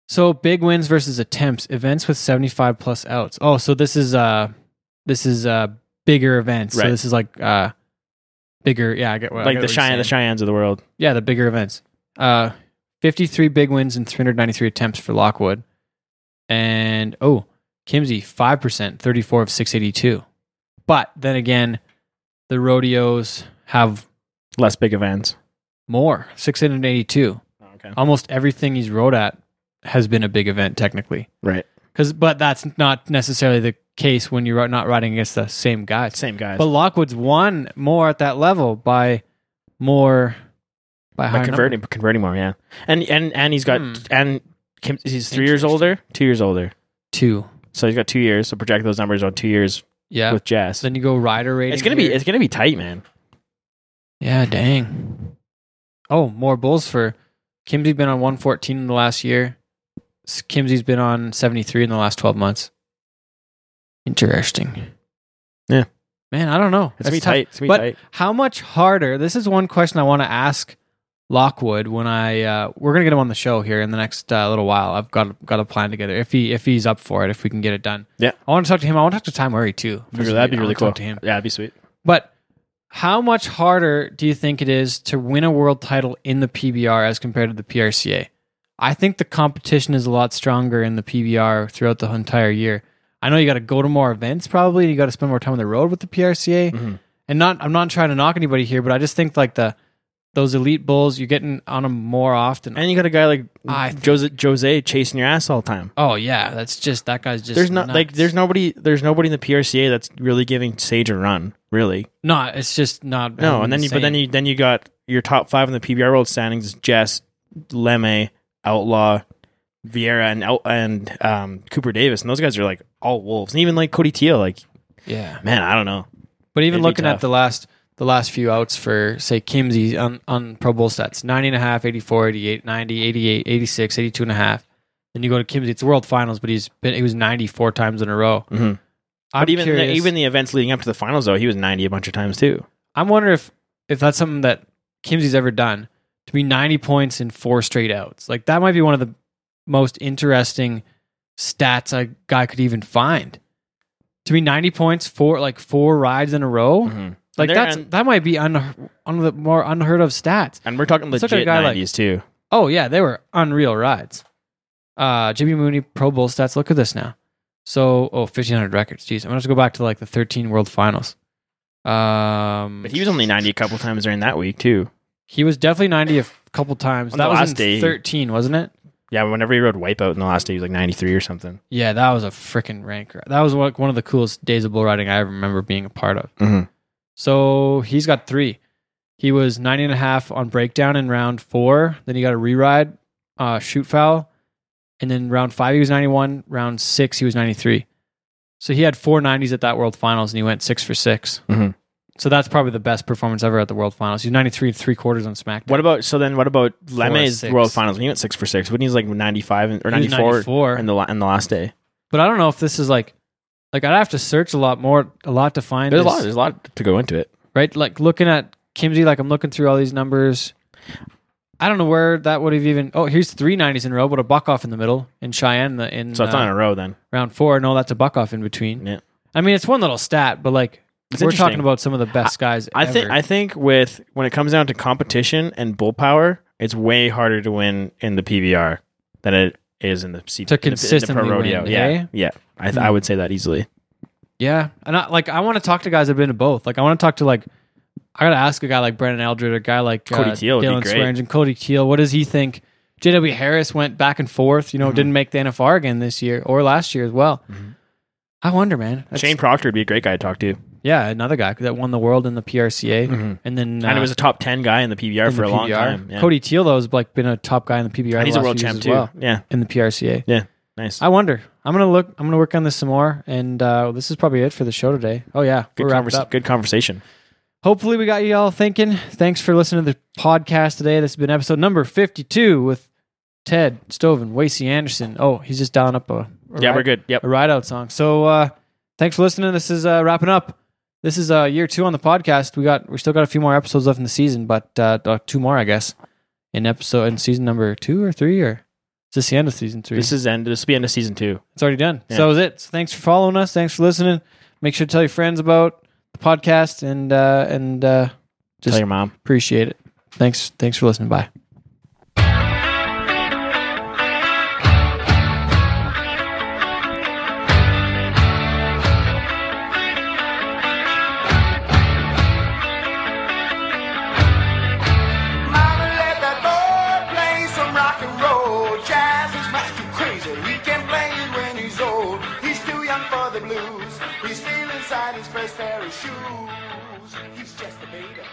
Speaker 1: So big wins versus attempts, events with 75 plus outs. Oh, so this is uh this is uh bigger events. So
Speaker 2: Right.
Speaker 1: this is like uh bigger, yeah, I get what I
Speaker 2: like
Speaker 1: get
Speaker 2: the
Speaker 1: what you're
Speaker 2: Cheyenne, the
Speaker 1: saying.
Speaker 2: Cheyennes of the world?
Speaker 1: Yeah, the bigger events. Uh 53 big wins and 393 attempts for Lockwood. And oh, Kimsey 5%, 34 of 682. But then again, the rodeos have
Speaker 2: Less big events.
Speaker 1: more, 682.
Speaker 2: Okay,
Speaker 1: almost everything he's rode at has been a big event technically.
Speaker 2: right.
Speaker 1: 'Cause- but that's not necessarily the case when you're not riding against the same guys.
Speaker 2: Same guys.
Speaker 1: But Lockwood's won more at that level by more by,
Speaker 2: By
Speaker 1: higher
Speaker 2: converting, converting more, yeah. And and and he's got
Speaker 1: Hmm.
Speaker 2: and Kim, he's three years older, two years older.
Speaker 1: number. two.
Speaker 2: So he's got two years. So project those numbers on two years
Speaker 1: Yeah.
Speaker 2: with Jess.
Speaker 1: then you go rider rating.
Speaker 2: it's gonna be
Speaker 1: here.
Speaker 2: it's gonna be tight, man.
Speaker 1: yeah, dang. Oh, more bulls for Kimsey's been on 114 in the last year. S- Kimsey's been on 73 in the last 12 months. Interesting.
Speaker 2: Yeah.
Speaker 1: Man, I don't know. That's
Speaker 2: It's gonna be
Speaker 1: tough.
Speaker 2: tight. It's gonna be
Speaker 1: But
Speaker 2: tight.
Speaker 1: how much harder? This is one question I want to ask Lockwood when I uh, we're gonna get him on the show here in the next uh, little while. I've got got a plan together if he if he's up for it if we can get it done.
Speaker 2: Yeah.
Speaker 1: I want to talk to him. I want to talk to Ty Murray too.
Speaker 2: That'd be
Speaker 1: I
Speaker 2: really
Speaker 1: wanna talk
Speaker 2: cool.
Speaker 1: to him.
Speaker 2: Yeah, that'd be sweet.
Speaker 1: But how much harder do you think it is to win a world title in the PBR as compared to the PRCA? I think the competition is a lot stronger in the PBR throughout the entire year. I know you got to go to more events probably. You got to spend more time on the road with the PRCA.
Speaker 2: Mhm.
Speaker 1: And not I'm not trying to knock anybody here, but I just think like the those elite bulls you're getting on them more often.
Speaker 2: And you got a guy like
Speaker 1: I think-
Speaker 2: Jose, Jose chasing your ass all the time.
Speaker 1: oh yeah, that's just that guy's just
Speaker 2: there's not like
Speaker 1: nuts.
Speaker 2: there's nobody there's nobody in the PRCA that's really giving Sage a run, really.
Speaker 1: no, it's just not
Speaker 2: No, and then you but then you then you got your top five in the PBR world standings: is Jess, Leme, Outlaw, Vieira, and out and um, Cooper Davis, and those guys are like all wolves, and even like Cody Teal. Like,
Speaker 1: yeah.
Speaker 2: man, I don't know.
Speaker 1: But even
Speaker 2: It'd be
Speaker 1: looking at
Speaker 2: tough.
Speaker 1: the last the last few outs for say Kimsey on, on Pro Bowl stats, 90 and a half, 84, 88, 90, 88, 86, 82 and a half. Then you go to Kimsey, it's world finals, but he's been he was 94 times in a row.
Speaker 2: Mhm.
Speaker 1: I'm
Speaker 2: but even the,
Speaker 1: curious-
Speaker 2: even the events leading up to the finals, though, he was ninety a bunch of times too.
Speaker 1: I'm wondering if if that's something that Kimsey's ever done to be 90 points in four straight outs. Like that might be one of the most interesting stats a guy could even find. To be 90 points for like four rides in a row.
Speaker 2: Mhm.
Speaker 1: Like
Speaker 2: And they're-
Speaker 1: that's
Speaker 2: and,
Speaker 1: that might be un, one of the more unheard of stats.
Speaker 2: and we're talking
Speaker 1: Let's look at a
Speaker 2: legit
Speaker 1: guy like-
Speaker 2: nineties too.
Speaker 1: Oh yeah, they were unreal rides. Uh Jimmy Mooney Pro Bowl stats. Look at this now. So oh 1500 records. Jeez, I'm gonna have to go back to like the 13 World Finals. Um,
Speaker 2: But he was only ninety a couple times during that week too.
Speaker 1: he was definitely 90 a couple times.
Speaker 2: On
Speaker 1: that
Speaker 2: the
Speaker 1: was
Speaker 2: last
Speaker 1: in
Speaker 2: day.
Speaker 1: 13, wasn't it?
Speaker 2: Yeah, whenever he rode Wipeout in the last day, he was like ninety three or something.
Speaker 1: Yeah, that was a freaking rank. ride. That was like one of the coolest days of bull riding I remember being a part of.
Speaker 2: Mhm.
Speaker 1: So he's got three. He was nine and a half on breakdown in round four. Then he got a reride, uh, shoot foul. And then round five, he was 91. Round six, he was 93. So he had four 90s at that World Finals and he went six for 6
Speaker 2: Mhm.
Speaker 1: So that's probably the best performance ever at the World Finals. He's 93 and three quarters on SmackDown.
Speaker 2: What about so then? What about
Speaker 1: Four,
Speaker 2: Leme's
Speaker 1: six.
Speaker 2: World Finals? When he went six for six, when he was like ninety five or
Speaker 1: He was
Speaker 2: ninety four
Speaker 1: 94.
Speaker 2: in the la- in the last day.
Speaker 1: But I don't know if this is like, like I'd have to search a lot more, a lot to find.
Speaker 2: There's a
Speaker 1: this,
Speaker 2: lot. There's a lot to go into it.
Speaker 1: right? Like looking at Kimsey, like I'm looking through all these numbers. I don't know where that would have even. Oh, here's three 90s in a row, but a buck off in the middle in Cheyenne in, the, in
Speaker 2: So it's
Speaker 1: uh,
Speaker 2: not in a row then.
Speaker 1: round four. No, that's a buck off in between.
Speaker 2: Yeah.
Speaker 1: I mean, it's one little stat, but like
Speaker 2: It's
Speaker 1: we're
Speaker 2: interesting.
Speaker 1: talking about some of the best guys.
Speaker 2: I think
Speaker 1: ever.
Speaker 2: I think with when it comes down to competition and bull power, it's way harder to win in the PBR than it is in the C
Speaker 1: To
Speaker 2: in the- in the pro
Speaker 1: consistently win,
Speaker 2: yeah,
Speaker 1: eh?
Speaker 2: yeah. I, th- I would say that easily.
Speaker 1: Yeah, and I, like I want to talk to guys that've been to both. Like I want to talk to like I gotta ask a guy like Brendan Eldred, a guy like uh,
Speaker 2: Cody Teal would be
Speaker 1: Dylan
Speaker 2: great.
Speaker 1: Swearingen, and Cody Teal. What does he think? J.W. Harris went back and forth. You
Speaker 2: Mm-hmm.
Speaker 1: know, didn't make the NFR again this year or last year as well. I wonder, man. That's-
Speaker 2: Shane Proctor would be a great guy to talk to,
Speaker 1: yeah, another guy that won the world in the PRCA,
Speaker 2: Mhm.
Speaker 1: and then
Speaker 2: and
Speaker 1: uh,
Speaker 2: he was a top ten guy in the PBR
Speaker 1: in
Speaker 2: for
Speaker 1: the
Speaker 2: a long
Speaker 1: PBR.
Speaker 2: time. Yeah.
Speaker 1: Cody Teal though has like been a top guy in the PBR.
Speaker 2: and he's
Speaker 1: the
Speaker 2: a
Speaker 1: last
Speaker 2: world
Speaker 1: few years
Speaker 2: champ
Speaker 1: as
Speaker 2: too.
Speaker 1: well
Speaker 2: Yeah,
Speaker 1: in the PRCA.
Speaker 2: nice.
Speaker 1: I wonder. I'm gonna look. I'm gonna work on this some more, and uh, this is probably it for the show today. Oh yeah,
Speaker 2: good,
Speaker 1: we're wrapped
Speaker 2: conversa-
Speaker 1: up.
Speaker 2: good conversation.
Speaker 1: Hopefully, we got you all thinking. Thanks for listening to the podcast today. This has been episode number 52 with Ted Stoven, Wacy Anderson. Oh, he's just dialing up a, a
Speaker 2: yeah,
Speaker 1: ride-
Speaker 2: we're good. Yep.
Speaker 1: a ride out song. So, uh, thanks for listening. This is uh, wrapping up. This is uh, year two on the podcast. We got we still got a few more episodes left in the season, but uh, uh, two more, I guess, in episode in season number two or three, or is this the end of season three?
Speaker 2: This is end. This will be end of season two.
Speaker 1: It's already done.
Speaker 2: Yeah.
Speaker 1: So that was it. So thanks for following us. Thanks for listening. Make sure to tell your friends about the podcast and uh, and uh,
Speaker 2: Tell
Speaker 1: just
Speaker 2: your mom.
Speaker 1: appreciate it. Thanks. Thanks for listening. Bye.
Speaker 7: Mama, let that boy play some rock and roll. Jazz is much too crazy. He can play it when he's old. He's too young for the blues. He's still inside his first pair of shoes. He's just a baby.